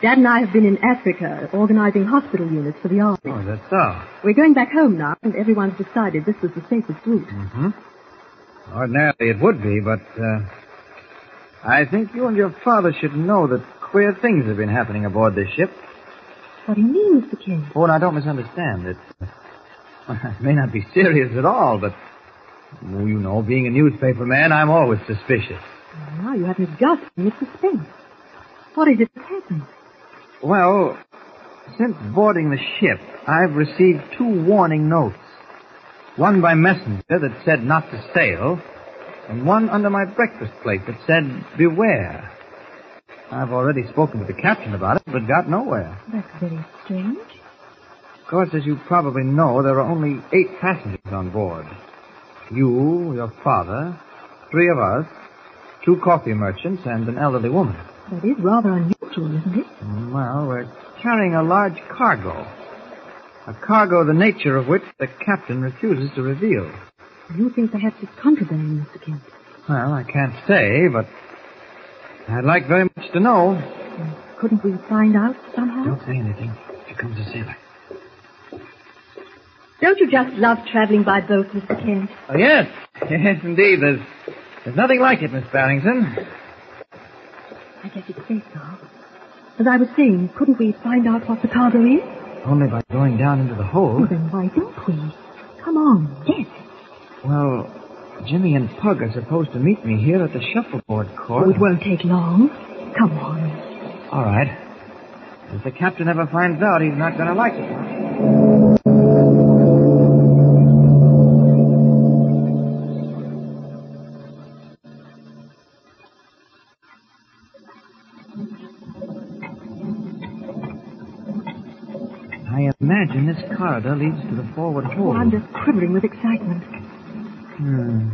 Speaker 22: Dad and I have been in Africa organizing hospital units for the army.
Speaker 13: Oh, is that so?
Speaker 22: We're going back home now, and everyone's decided this was the safest route.
Speaker 13: Mm-hmm. Ordinarily it would be, but uh, I think you and your father should know that queer things have been happening aboard this ship.
Speaker 22: What do you mean, Mr. King?
Speaker 13: Oh, now don't misunderstand. It, uh, it may not be serious at all, but well, you know, being a newspaper man, I'm always suspicious.
Speaker 22: Now you have me gasping with suspense. What is it that's happened?
Speaker 13: Well, since boarding the ship, I've received two warning notes. One by messenger that said not to sail, and one under my breakfast plate that said beware. I've already spoken to the captain about it, but got nowhere.
Speaker 22: That's very strange.
Speaker 13: Of course, as you probably know, there are only eight passengers on board. You, your father, three of us, two coffee merchants, and an elderly woman.
Speaker 22: That is rather unusual, isn't it?
Speaker 13: Well, we're carrying a large cargo. A cargo the nature of which the captain refuses to reveal.
Speaker 22: You think perhaps it's contraband, Mr. Kent.
Speaker 13: Well, I can't say, but I'd like very much to know.
Speaker 22: Couldn't we find out somehow?
Speaker 13: Don't say anything. Here comes a sailor.
Speaker 22: Don't you just love traveling by boat, Mr. Kent?
Speaker 13: Oh, yes. Yes, indeed. There's, there's nothing like it, Miss Barrington.
Speaker 22: I guess it says so. As I was saying, couldn't we find out what the cargo is?
Speaker 13: Only by going down into the hole.
Speaker 22: Well, then why don't we? Come on, yes.
Speaker 13: Well, Jimmy and Pug are supposed to meet me here at the shuffleboard court.
Speaker 22: Oh, it won't take long. Come on.
Speaker 13: All right. If the captain ever finds out, he's not going to like it. I imagine this corridor leads to the forward
Speaker 22: Oh,
Speaker 13: hall.
Speaker 22: I'm just quivering with excitement.
Speaker 13: Hmm.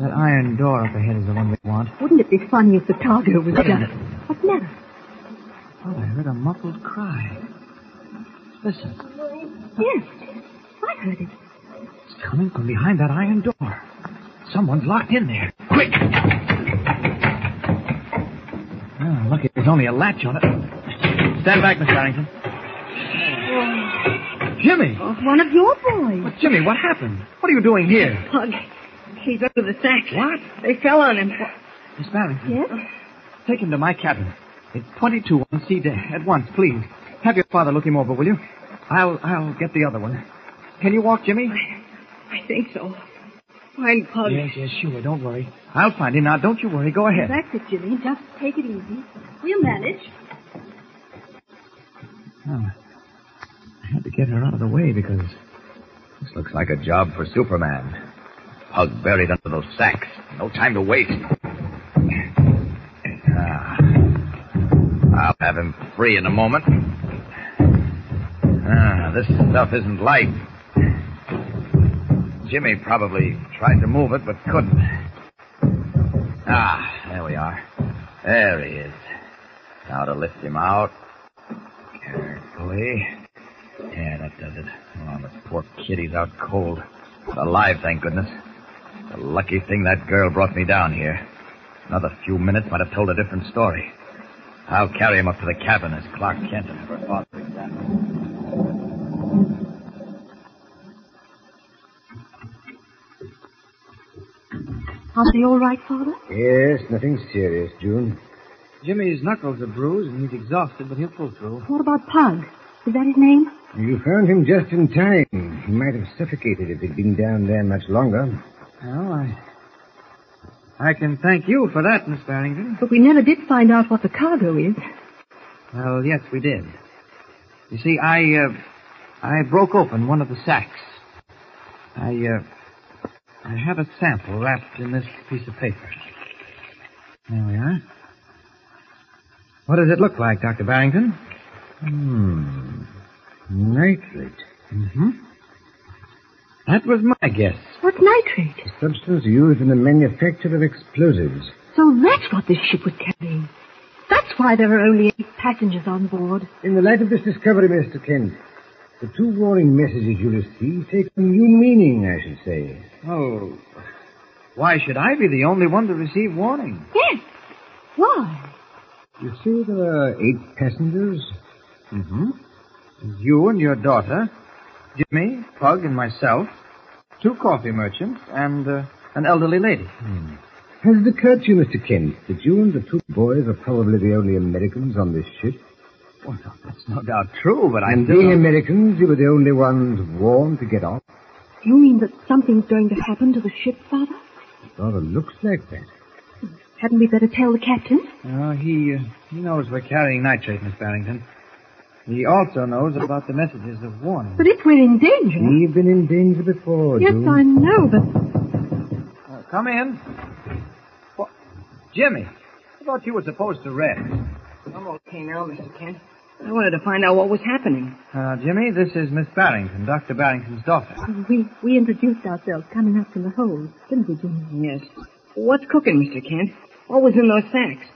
Speaker 13: That iron door up ahead is the one we want.
Speaker 22: Wouldn't it be funny if the cargo was just... What's the matter?
Speaker 13: Oh, I heard a muffled cry. Listen,
Speaker 22: Yes, I heard it.
Speaker 13: it's coming from behind that iron door. Someone's locked in there. Quick! Oh, lucky there's only a latch on it. Stand back, Miss Barrington. Jimmy!
Speaker 22: Oh, it's one of your boys.
Speaker 13: Jimmy, what happened? What are you doing here?
Speaker 12: Pug, he's under the sack.
Speaker 13: What?
Speaker 12: They fell on him.
Speaker 13: Miss Barrington.
Speaker 22: Yes?
Speaker 13: Take him to my cabin. It's 22 on C deck. At once, please. Have your father look him over, will you? I'll I'll get the other one. Can you walk, Jimmy?
Speaker 12: I think so. Find Pug.
Speaker 13: Yes, yes, sure. Don't worry. I'll find him now. Don't you worry. Go ahead.
Speaker 22: That's it, Jimmy. Just take it easy. We'll manage.
Speaker 13: Oh. I had to get her out of the way because.
Speaker 6: This looks like a job for Superman. Pug buried under those sacks. No time to waste. Ah. I'll have him free in a moment. Ah, this stuff isn't light. Jimmy probably tried to move it, but couldn't. Ah, there we are. There he is. Now to lift him out. Carefully. Yeah, that does it. Oh, the poor kitty's out cold. But alive, thank goodness. The lucky thing that girl brought me down here. Another few minutes might have told a different story. I'll carry him up to the cabin as Clark Kent and her father examine.
Speaker 22: Are they all right, Father?
Speaker 20: Yes, nothing serious, June.
Speaker 13: Jimmy's knuckles are bruised and he's exhausted, but he'll pull through.
Speaker 22: What about Pug? Is that his name?
Speaker 20: You found him just in time. He might have suffocated if he'd been down there much longer.
Speaker 13: Well, I. I can thank you for that, Miss Barrington.
Speaker 22: But we never did find out what the cargo is.
Speaker 13: Well, yes, we did. You see, I, uh, I broke open one of the sacks. I, uh, I have a sample wrapped in this piece of paper. There we are. What does it look like, Dr. Barrington?
Speaker 20: Hmm. Nitrate.
Speaker 13: Mm-hmm. That was my guess.
Speaker 22: What's nitrate?
Speaker 20: A substance used in the manufacture of explosives.
Speaker 22: So that's what this ship was carrying. That's why there are only eight passengers on board.
Speaker 20: In the light of this discovery, Mr. Kent, the two warning messages you received take a new meaning, I should say.
Speaker 13: Oh. Why should I be the only one to receive warning?
Speaker 22: Yes. Why?
Speaker 20: You say there are eight passengers?
Speaker 13: Mm-hmm. You and your daughter, Jimmy, Pug, and myself, two coffee merchants, and uh, an elderly lady.
Speaker 20: Hmm. Has it occurred to you, Mr. Kent, that you and the two boys are probably the only Americans on this ship?
Speaker 13: Well, that's no doubt true, but I
Speaker 20: and
Speaker 13: still
Speaker 20: being
Speaker 13: don't-
Speaker 20: Americans, you were the only ones warned to get off.
Speaker 22: You mean that something's going to happen to the ship, Father?
Speaker 20: It rather looks like that.
Speaker 22: Hadn't we better tell the captain?
Speaker 13: Oh, he, uh, he knows we're carrying nitrate, Miss Barrington. He also knows about the messages of warning.
Speaker 22: But if we're in danger.
Speaker 13: Hmm.
Speaker 20: We've been in danger before,
Speaker 22: yes,
Speaker 20: June.
Speaker 22: I know, but
Speaker 13: Uh, come in. What? Jimmy, I thought you were supposed to rest.
Speaker 12: I'm okay now, Mr. Kent. I wanted to find out what was happening.
Speaker 13: Uh, Jimmy, this is Miss Barrington, Dr. Barrington's daughter.
Speaker 22: we, we introduced ourselves coming up from the hold, didn't we, Jimmy?
Speaker 12: Yes. What's cooking, Mr. Kent? What was in those sacks?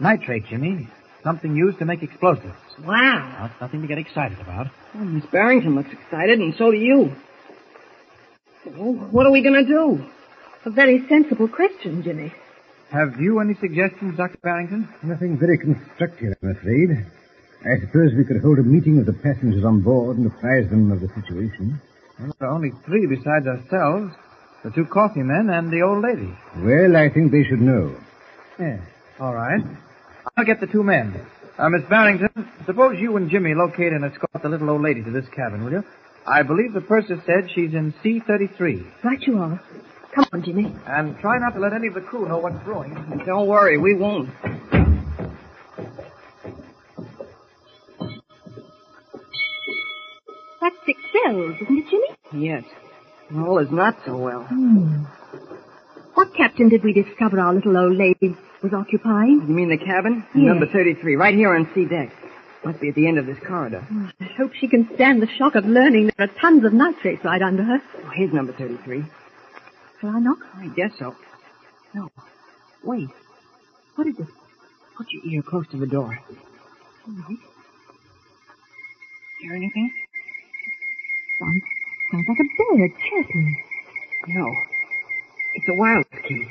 Speaker 13: Nitrate, Jimmy. Something used to make explosives.
Speaker 12: Wow.
Speaker 13: Now, it's nothing to get excited about.
Speaker 12: Well, Miss Barrington looks excited, and so do you. Well, what are we going to do?
Speaker 22: A very sensible question, Jimmy.
Speaker 13: Have you any suggestions, Dr. Barrington?
Speaker 20: Nothing very constructive, I'm afraid. I suppose we could hold a meeting of the passengers on board and apprise them of the situation.
Speaker 13: Well, there are only three besides ourselves the two coffee men and the old lady.
Speaker 20: Well, I think they should know.
Speaker 13: Yes. All right. I'll get the two men. Uh, Miss Barrington, suppose you and Jimmy locate and escort the little old lady to this cabin, will you? I believe the purser said she's in C-33.
Speaker 22: Right you are. Come on, Jimmy.
Speaker 13: And try not to let any of the crew know what's brewing.
Speaker 15: Don't worry, we won't.
Speaker 22: That's six bells, isn't it, Jimmy?
Speaker 15: Yes. All is not so well.
Speaker 22: Hmm. What captain did we discover our little old lady was occupying?
Speaker 15: You mean the cabin?
Speaker 22: Yes.
Speaker 15: Number 33, right here on C deck. Must be at the end of this corridor.
Speaker 22: I hope she can stand the shock of learning there are tons of nitrates right under her.
Speaker 15: Oh, here's number 33.
Speaker 22: Shall I knock?
Speaker 15: I guess so. No. Wait. What is it? Put your ear close to the door.
Speaker 22: All right.
Speaker 15: Hear anything?
Speaker 22: Sounds, sounds like a bird chirping.
Speaker 15: No. It's a wireless key.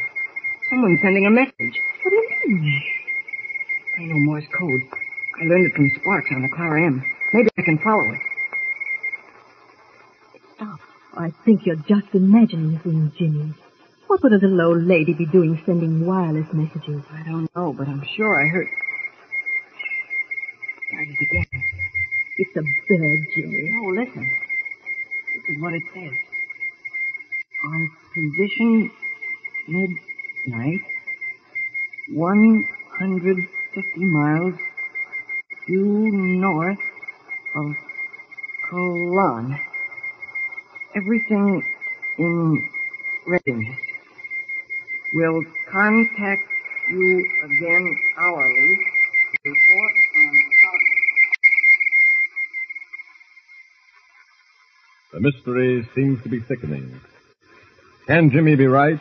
Speaker 15: Someone's sending a message.
Speaker 22: What do you mean?
Speaker 15: I know Morse code. I learned it from Sparks on the Clara M. Maybe I can follow it.
Speaker 22: I think you're just imagining things, Jimmy. What would a little old lady be doing sending wireless messages?
Speaker 15: I don't know, but I'm sure I heard. Started again.
Speaker 22: It's a bird, Jimmy.
Speaker 15: No, listen. This is what it says. On position midnight, 150 miles due north of Colon. Everything in readiness. We'll contact you again hourly. Report on
Speaker 24: The mystery seems to be thickening. Can Jimmy be right?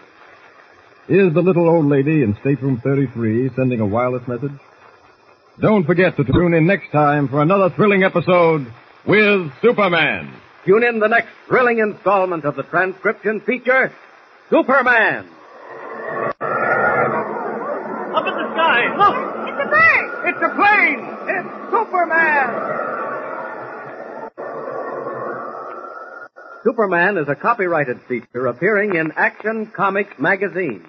Speaker 24: Is the little old lady in stateroom 33 sending a wireless message? Don't forget to tune in next time for another thrilling episode with Superman.
Speaker 20: Tune in the next thrilling installment of the transcription feature, Superman.
Speaker 16: Up in the sky, look! It's a bird! It's a plane! It's Superman!
Speaker 2: Superman is a copyrighted feature appearing in Action Comics magazine.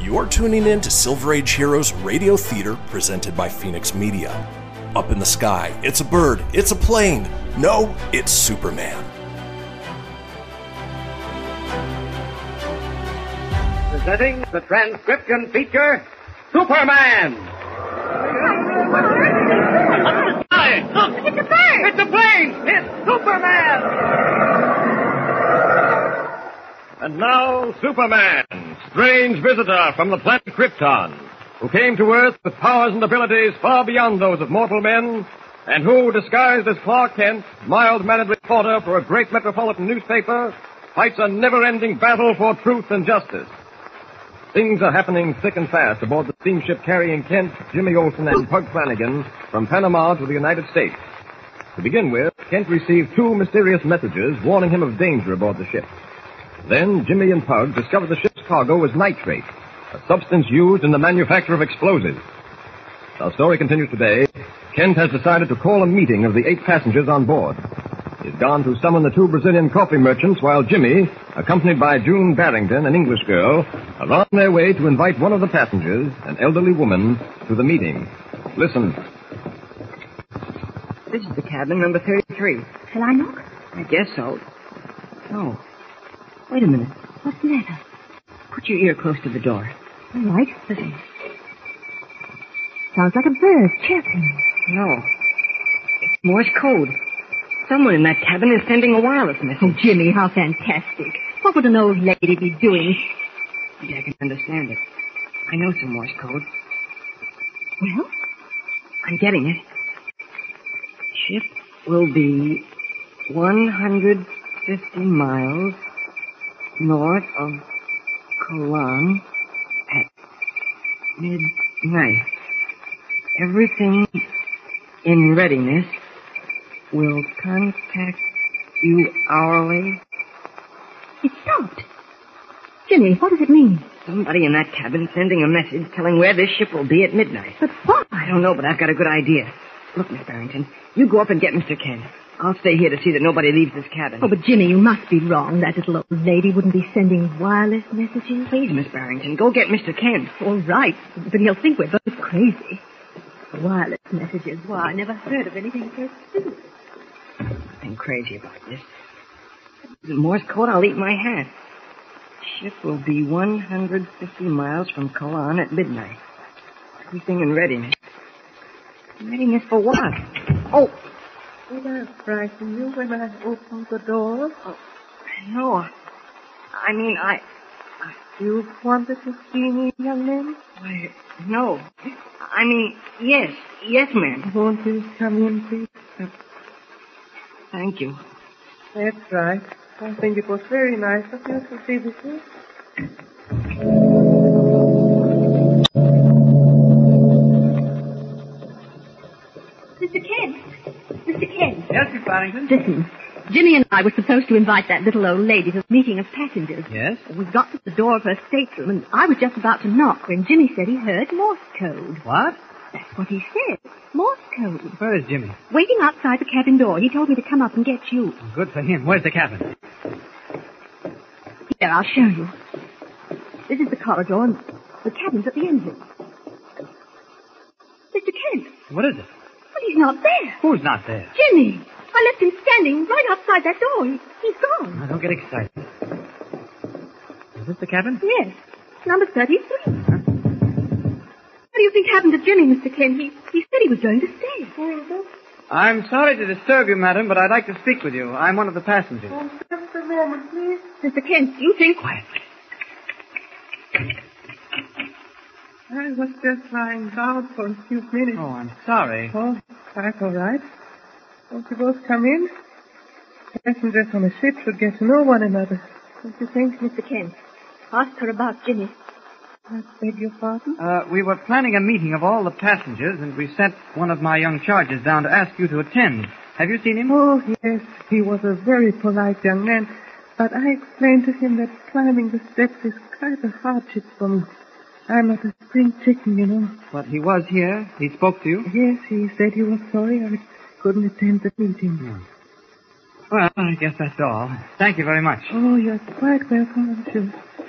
Speaker 1: You're tuning in to Silver Age Heroes Radio Theater presented by Phoenix Media. Up in the sky, it's a bird, it's a plane. No, it's Superman.
Speaker 20: Presenting the transcription feature, Superman.
Speaker 16: Up in the sky, look! It's a bird! It's a plane! It's Superman!
Speaker 3: And now, Superman, strange visitor from the planet Krypton, who came to Earth with powers and abilities far beyond those of mortal men, and who, disguised as Clark Kent, mild-mannered reporter for a great metropolitan newspaper, fights a never-ending battle for truth and justice. Things are happening thick and fast aboard the steamship carrying Kent, Jimmy Olsen, and Pug Flanagan from Panama to the United States. To begin with, Kent received two mysterious messages warning him of danger aboard the ship. Then Jimmy and Pug discovered the ship's cargo was nitrate, a substance used in the manufacture of explosives. Our story continues today. Kent has decided to call a meeting of the eight passengers on board. He's gone to summon the two Brazilian coffee merchants while Jimmy, accompanied by June Barrington, an English girl, are on their way to invite one of the passengers, an elderly woman, to the meeting. Listen.
Speaker 15: This is the cabin, number 33.
Speaker 22: Shall I knock?
Speaker 15: I guess so. No. Wait a minute.
Speaker 22: What's the matter?
Speaker 15: Put your ear close to the door.
Speaker 22: All right. Listen. Sounds like a bird chirping.
Speaker 15: No. It's Morse code. Someone in that cabin is sending a wireless
Speaker 22: Oh,
Speaker 15: message.
Speaker 22: Jimmy, how fantastic. What would an old lady be doing?
Speaker 15: Maybe I can understand it. I know some Morse code.
Speaker 22: Well,
Speaker 15: I'm getting it. Ship will be 150 miles north of Colon at midnight. Everything in readiness. We'll contact you hourly.
Speaker 22: it stopped. Jimmy, what does it mean?
Speaker 15: Somebody in that cabin sending a message telling where this ship will be at midnight.
Speaker 22: But why?
Speaker 15: I don't know, but I've got a good idea. Look, Miss Barrington, you go up and get Mr. Kent.
Speaker 12: I'll stay here to see that nobody leaves this cabin.
Speaker 22: Oh, but Jimmy, you must be wrong. That little old lady wouldn't be sending wireless messages.
Speaker 12: Please, Miss Barrington, go get Mr. Kent.
Speaker 22: All right, but he'll think we're both crazy. Wireless messages. Why, I never heard of anything so stupid.
Speaker 12: I'm crazy about this. If it's Morse code, I'll eat my hat. Ship will be 150 miles from Kalan at midnight. Everything in readiness. Readiness for what? Oh,
Speaker 22: Did I frighten you when I opened the door?
Speaker 12: no. I mean, I.
Speaker 22: You wanted to see me, young man?
Speaker 12: Why, no. I mean, yes. Yes, ma'am.
Speaker 22: Won't you come in, please?
Speaker 12: Thank you.
Speaker 22: That's right. I think it was very nice of you to see this. here.
Speaker 15: Mr. Kent. Mr. Kent.
Speaker 13: Yes, Miss Barrington?
Speaker 22: Listen, Jimmy and I were supposed to invite that little old lady to a meeting of passengers.
Speaker 13: Yes?
Speaker 22: We got to the door of her stateroom, and I was just about to knock when Jimmy said he heard Morse code.
Speaker 13: What?
Speaker 22: That's what he said. Morse code.
Speaker 13: Where is Jimmy?
Speaker 22: Waiting outside the cabin door. He told me to come up and get you.
Speaker 13: Good for him. Where's the cabin?
Speaker 22: Here, I'll show you. This is the corridor, and the cabin's at the end of it. Mr. Kent,
Speaker 13: What is it?
Speaker 22: but he's not there.
Speaker 13: Who's not there?
Speaker 22: Jimmy, I left him standing right outside that door. He, he's gone.
Speaker 13: Now, don't get excited. Is this the cabin?
Speaker 22: Yes, number 33. What do you think happened to Jimmy, Mr. Kent? He, he said he was going to stay.
Speaker 13: I'm sorry to disturb you, madam, but I'd like to speak with you. I'm one of the passengers.
Speaker 22: Just a moment, please. Mr. Kent, you think...
Speaker 13: Quiet.
Speaker 22: I was just lying down for a few minutes.
Speaker 13: Oh, I'm sorry.
Speaker 22: Oh, that's all right. Won't you both come in? Passengers on a ship should get to know one another. Don't you think, Mr. Kent? Ask her about Jimmy. I beg your pardon?
Speaker 13: Uh, we were planning a meeting of all the passengers, and we sent one of my young charges down to ask you to attend. Have you seen him?
Speaker 22: Oh, yes. He was a very polite young man, but I explained to him that climbing the steps is quite a hardship for me. I'm not a spring chicken, you know.
Speaker 13: But he was here. He spoke to you.
Speaker 22: Yes, he said he was sorry I couldn't attend the meeting.
Speaker 13: Hmm. Well, I guess that's all. Thank you very much.
Speaker 22: Oh, you're quite welcome, I'm sure.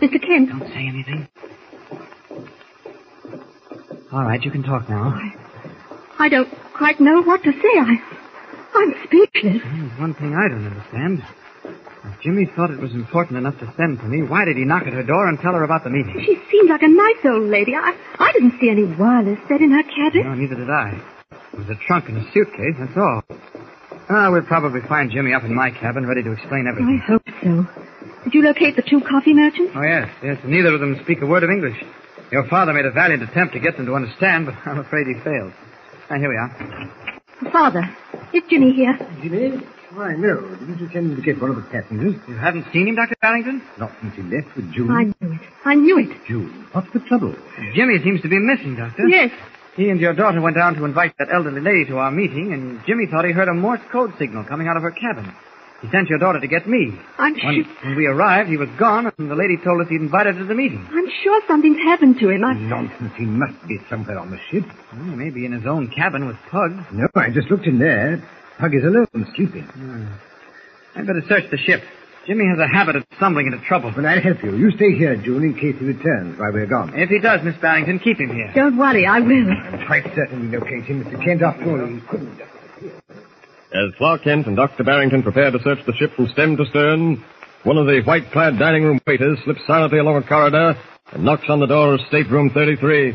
Speaker 22: Mr. Kent.
Speaker 13: Don't say anything. All right, you can talk now.
Speaker 22: I don't quite know what to say. I, I'm speechless.
Speaker 13: There's one thing I don't understand. If Jimmy thought it was important enough to send for me, why did he knock at her door and tell her about the meeting?
Speaker 22: She seemed like a nice old lady. I, I didn't see any wireless set in her cabin.
Speaker 13: No, neither did I. It was a trunk and a suitcase, that's all. Ah, we'll probably find Jimmy up in my cabin, ready to explain
Speaker 22: I
Speaker 13: everything.
Speaker 22: hope so. Did you locate the two coffee merchants?
Speaker 13: Oh, yes, yes. and Neither of them speak a word of English. Your father made a valiant attempt to get them to understand, but I'm afraid he failed. Ah, here we are.
Speaker 22: Father, is Jimmy here?
Speaker 25: Jimmy? Why, no. Didn't you send me to get one of the passengers?
Speaker 13: You haven't seen him, Dr. Barrington?
Speaker 25: Not since he left with June.
Speaker 22: I knew it. I knew it.
Speaker 25: June. What's the trouble?
Speaker 13: Jimmy seems to be missing, Doctor.
Speaker 22: Yes.
Speaker 13: He and your daughter went down to invite that elderly lady to our meeting, and Jimmy thought he heard a Morse code signal coming out of her cabin. He sent your daughter to get me.
Speaker 22: I'm
Speaker 13: When,
Speaker 22: sure.
Speaker 13: when we arrived, he was gone, and the lady told us he'd invited her to the meeting.
Speaker 22: I'm sure something's happened to him. I...
Speaker 25: Nonsense. He must be somewhere on the ship.
Speaker 13: Well, maybe in his own cabin with Pug.
Speaker 25: No, I just looked in there. Pug is alone, sleeping.
Speaker 13: I'd better search the ship. Jimmy has a habit of stumbling into trouble.
Speaker 25: Well, I'll help you. You stay here, June, in case he returns while we're gone.
Speaker 13: If he does, Miss Barrington, keep him here.
Speaker 22: Don't worry, I will.
Speaker 25: I'm quite certain we locate him, Mr. Kent. After all, he couldn't.
Speaker 3: As Clark Kent and Dr. Barrington prepare to search the ship from stem to stern, one of the white clad dining room waiters slips silently along a corridor and knocks on the door of stateroom 33.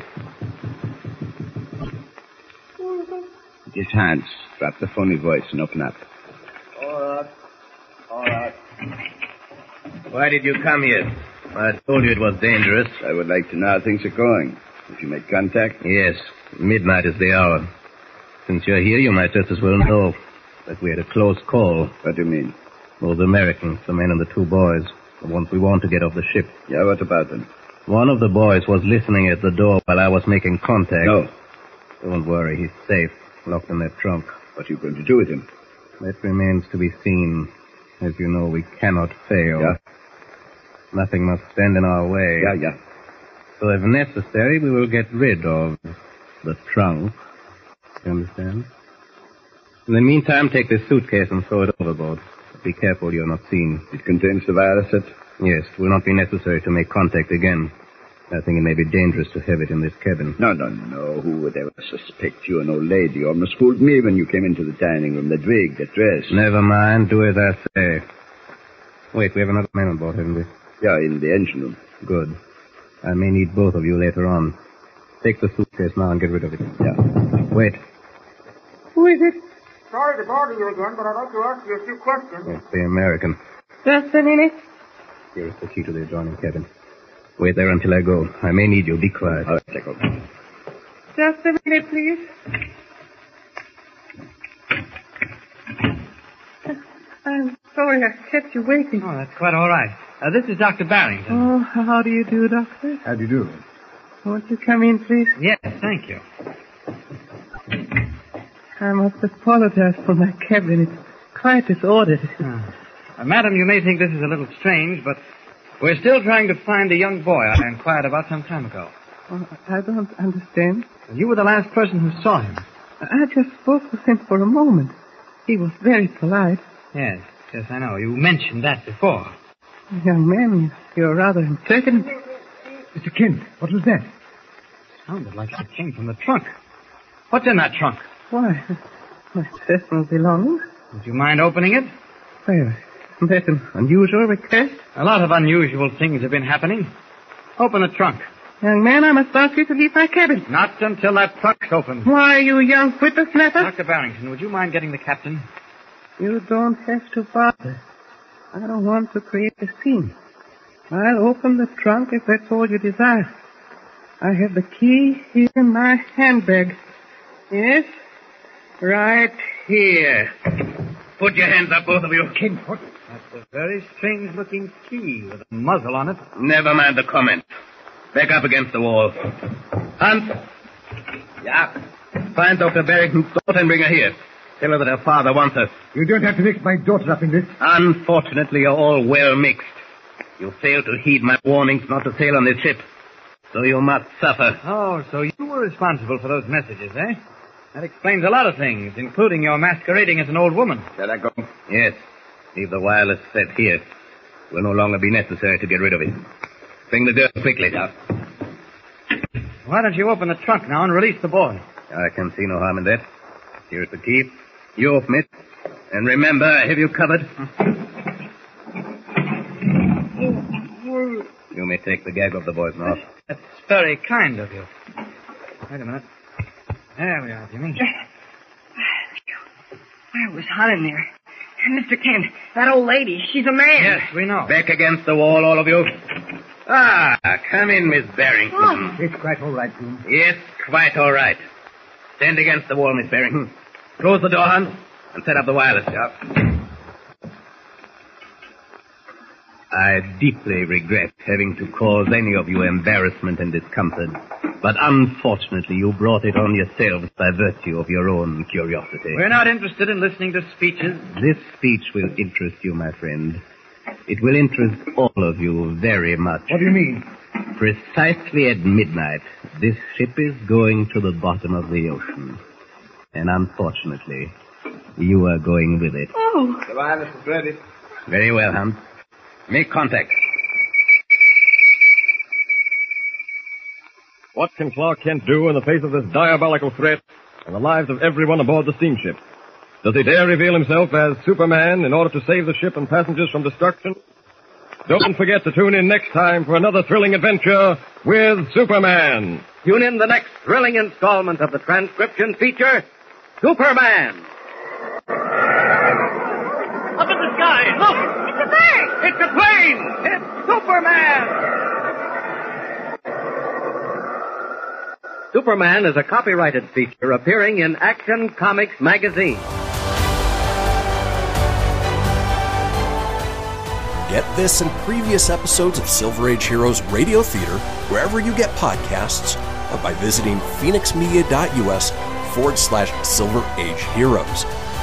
Speaker 21: Just Hans. Drop the phony voice and open up.
Speaker 26: All right. All right.
Speaker 11: Why did you come here?
Speaker 21: I told you it was dangerous. I would like to know how things are going. If you make contact?
Speaker 11: Yes, midnight is the hour. Since you're here, you might just as well know that we had a close call.
Speaker 21: What do you mean?
Speaker 11: Those Americans, the men and the two boys, the ones we want to get off the ship.
Speaker 21: Yeah, what about them?
Speaker 11: One of the boys was listening at the door while I was making contact.
Speaker 21: No.
Speaker 11: Don't worry, he's safe, locked in that trunk.
Speaker 21: What are you going to do with him?
Speaker 11: That remains to be seen. As you know, we cannot fail.
Speaker 21: Yeah.
Speaker 11: Nothing must stand in our way.
Speaker 21: Yeah, yeah.
Speaker 11: So if necessary, we will get rid of the trunk. You understand? In the meantime, take this suitcase and throw it overboard. Be careful you're not seen. It contains the virus, it? Yes. It will not be necessary to make contact again. I think it may be dangerous to have it in this cabin.
Speaker 21: No, no, no. Who would ever suspect you, an old lady? You almost fooled me when you came into the dining room. The wig, the dress.
Speaker 11: Never mind. Do as I say. Wait, we have another man on board, haven't we?
Speaker 21: Yeah, in the engine room.
Speaker 11: Good. I may need both of you later on. Take the suitcase now and get rid of it. Yeah. Wait.
Speaker 15: Who is it?
Speaker 20: Sorry to bother you again, but I'd like to ask you a few questions.
Speaker 11: Yes, the American.
Speaker 15: Justin in it?
Speaker 11: Here is the key to the adjoining cabin. Wait there until I go. I may need you. Be quiet. All right, take over.
Speaker 15: Just a minute, please. I'm sorry I kept you waiting.
Speaker 13: Oh, that's quite all right. Uh, this is Dr. Barrington.
Speaker 15: Oh, how do you do, Doctor?
Speaker 3: How do you do?
Speaker 15: Won't you come in, please?
Speaker 13: Yes, thank you.
Speaker 15: I must apologize for my cabin. It's quite disordered.
Speaker 13: Uh, madam, you may think this is a little strange, but we're still trying to find the young boy I inquired about some time ago.
Speaker 15: Oh, I don't understand.
Speaker 13: You were the last person who saw him.
Speaker 15: I just spoke with him for a moment. He was very polite.
Speaker 13: Yes, yes, I know. You mentioned that before.
Speaker 15: Young man, you're rather impertinent.
Speaker 27: Mr. Kent, what was that?
Speaker 13: Sounded like it came from the trunk. What's in that trunk?
Speaker 15: Why, my personal belongings.
Speaker 13: Would you mind opening it?
Speaker 15: Well, that's an unusual request.
Speaker 13: A lot of unusual things have been happening. Open the trunk.
Speaker 15: Young man, I must ask you to leave my cabin.
Speaker 13: Not until that trunk's opened.
Speaker 15: Why, you young whippersnapper?
Speaker 13: Dr. Barrington, would you mind getting the captain?
Speaker 15: You don't have to bother. I don't want to create a scene. I'll open the trunk if that's all you desire. I have the key here in my handbag. Yes? Right here.
Speaker 28: Put your hands up, both of you.
Speaker 13: King, what? That's a very strange looking key with a muzzle on it.
Speaker 28: Never mind the comment. Back up against the wall. Hunt. Yeah. Find Dr. Barrington's daughter and bring her here. Tell her that her father wants her.
Speaker 27: You don't have to mix my daughter up in this.
Speaker 28: Unfortunately, you're all well mixed. You failed to heed my warnings not to sail on this ship. So you must suffer.
Speaker 13: Oh, so you were responsible for those messages, eh? That explains a lot of things, including your masquerading as an old woman.
Speaker 28: Shall I go? Yes. Leave the wireless set here. It will no longer be necessary to get rid of it. Bring the girl quickly, Doc.
Speaker 13: Why don't you open the trunk now and release the boy?
Speaker 28: I can see no harm in that. Here's the key. You open it. And remember, I have you covered.
Speaker 13: Oh,
Speaker 28: You may take the gag off the boy's mouth.
Speaker 13: That's very kind of you. Wait a minute. There we are, Jimmy.
Speaker 12: Why, it was hot in there. And Mr. Kent, that old lady, she's a man.
Speaker 13: Yes, we know.
Speaker 28: Back against the wall, all of you. Ah, come in, Miss Barrington.
Speaker 12: Oh.
Speaker 27: Ah, It's quite all right, Jim.
Speaker 28: Yes, quite all right. Stand against the wall, Miss Barrington. Close the door, Hunt, and set up the wireless. Yeah.
Speaker 11: I deeply regret having to cause any of you embarrassment and discomfort, but unfortunately you brought it on yourselves by virtue of your own curiosity.
Speaker 13: We're not interested in listening to speeches.
Speaker 11: This speech will interest you, my friend. It will interest all of you very much.
Speaker 27: What do you mean?
Speaker 11: Precisely at midnight, this ship is going to the bottom of the ocean. And unfortunately, you are going with it.
Speaker 12: Oh.
Speaker 28: Goodbye, Mr. Brady.
Speaker 11: Very well, Hunt. Make contact.
Speaker 3: What can Clark Kent do in the face of this diabolical threat and the lives of everyone aboard the steamship? Does he dare reveal himself as Superman in order to save the ship and passengers from destruction? Don't forget to tune in next time for another thrilling adventure with Superman.
Speaker 2: Tune in the next thrilling installment of the transcription feature, Superman.
Speaker 16: Up in the sky, look!
Speaker 12: It's a bird!
Speaker 16: It's a plane! It's Superman!
Speaker 2: Superman is a copyrighted feature appearing in Action Comics magazine.
Speaker 1: Get this and previous episodes of Silver Age Heroes Radio Theater wherever you get podcasts or by visiting phoenixmedia.us forward slash Silver Age Heroes.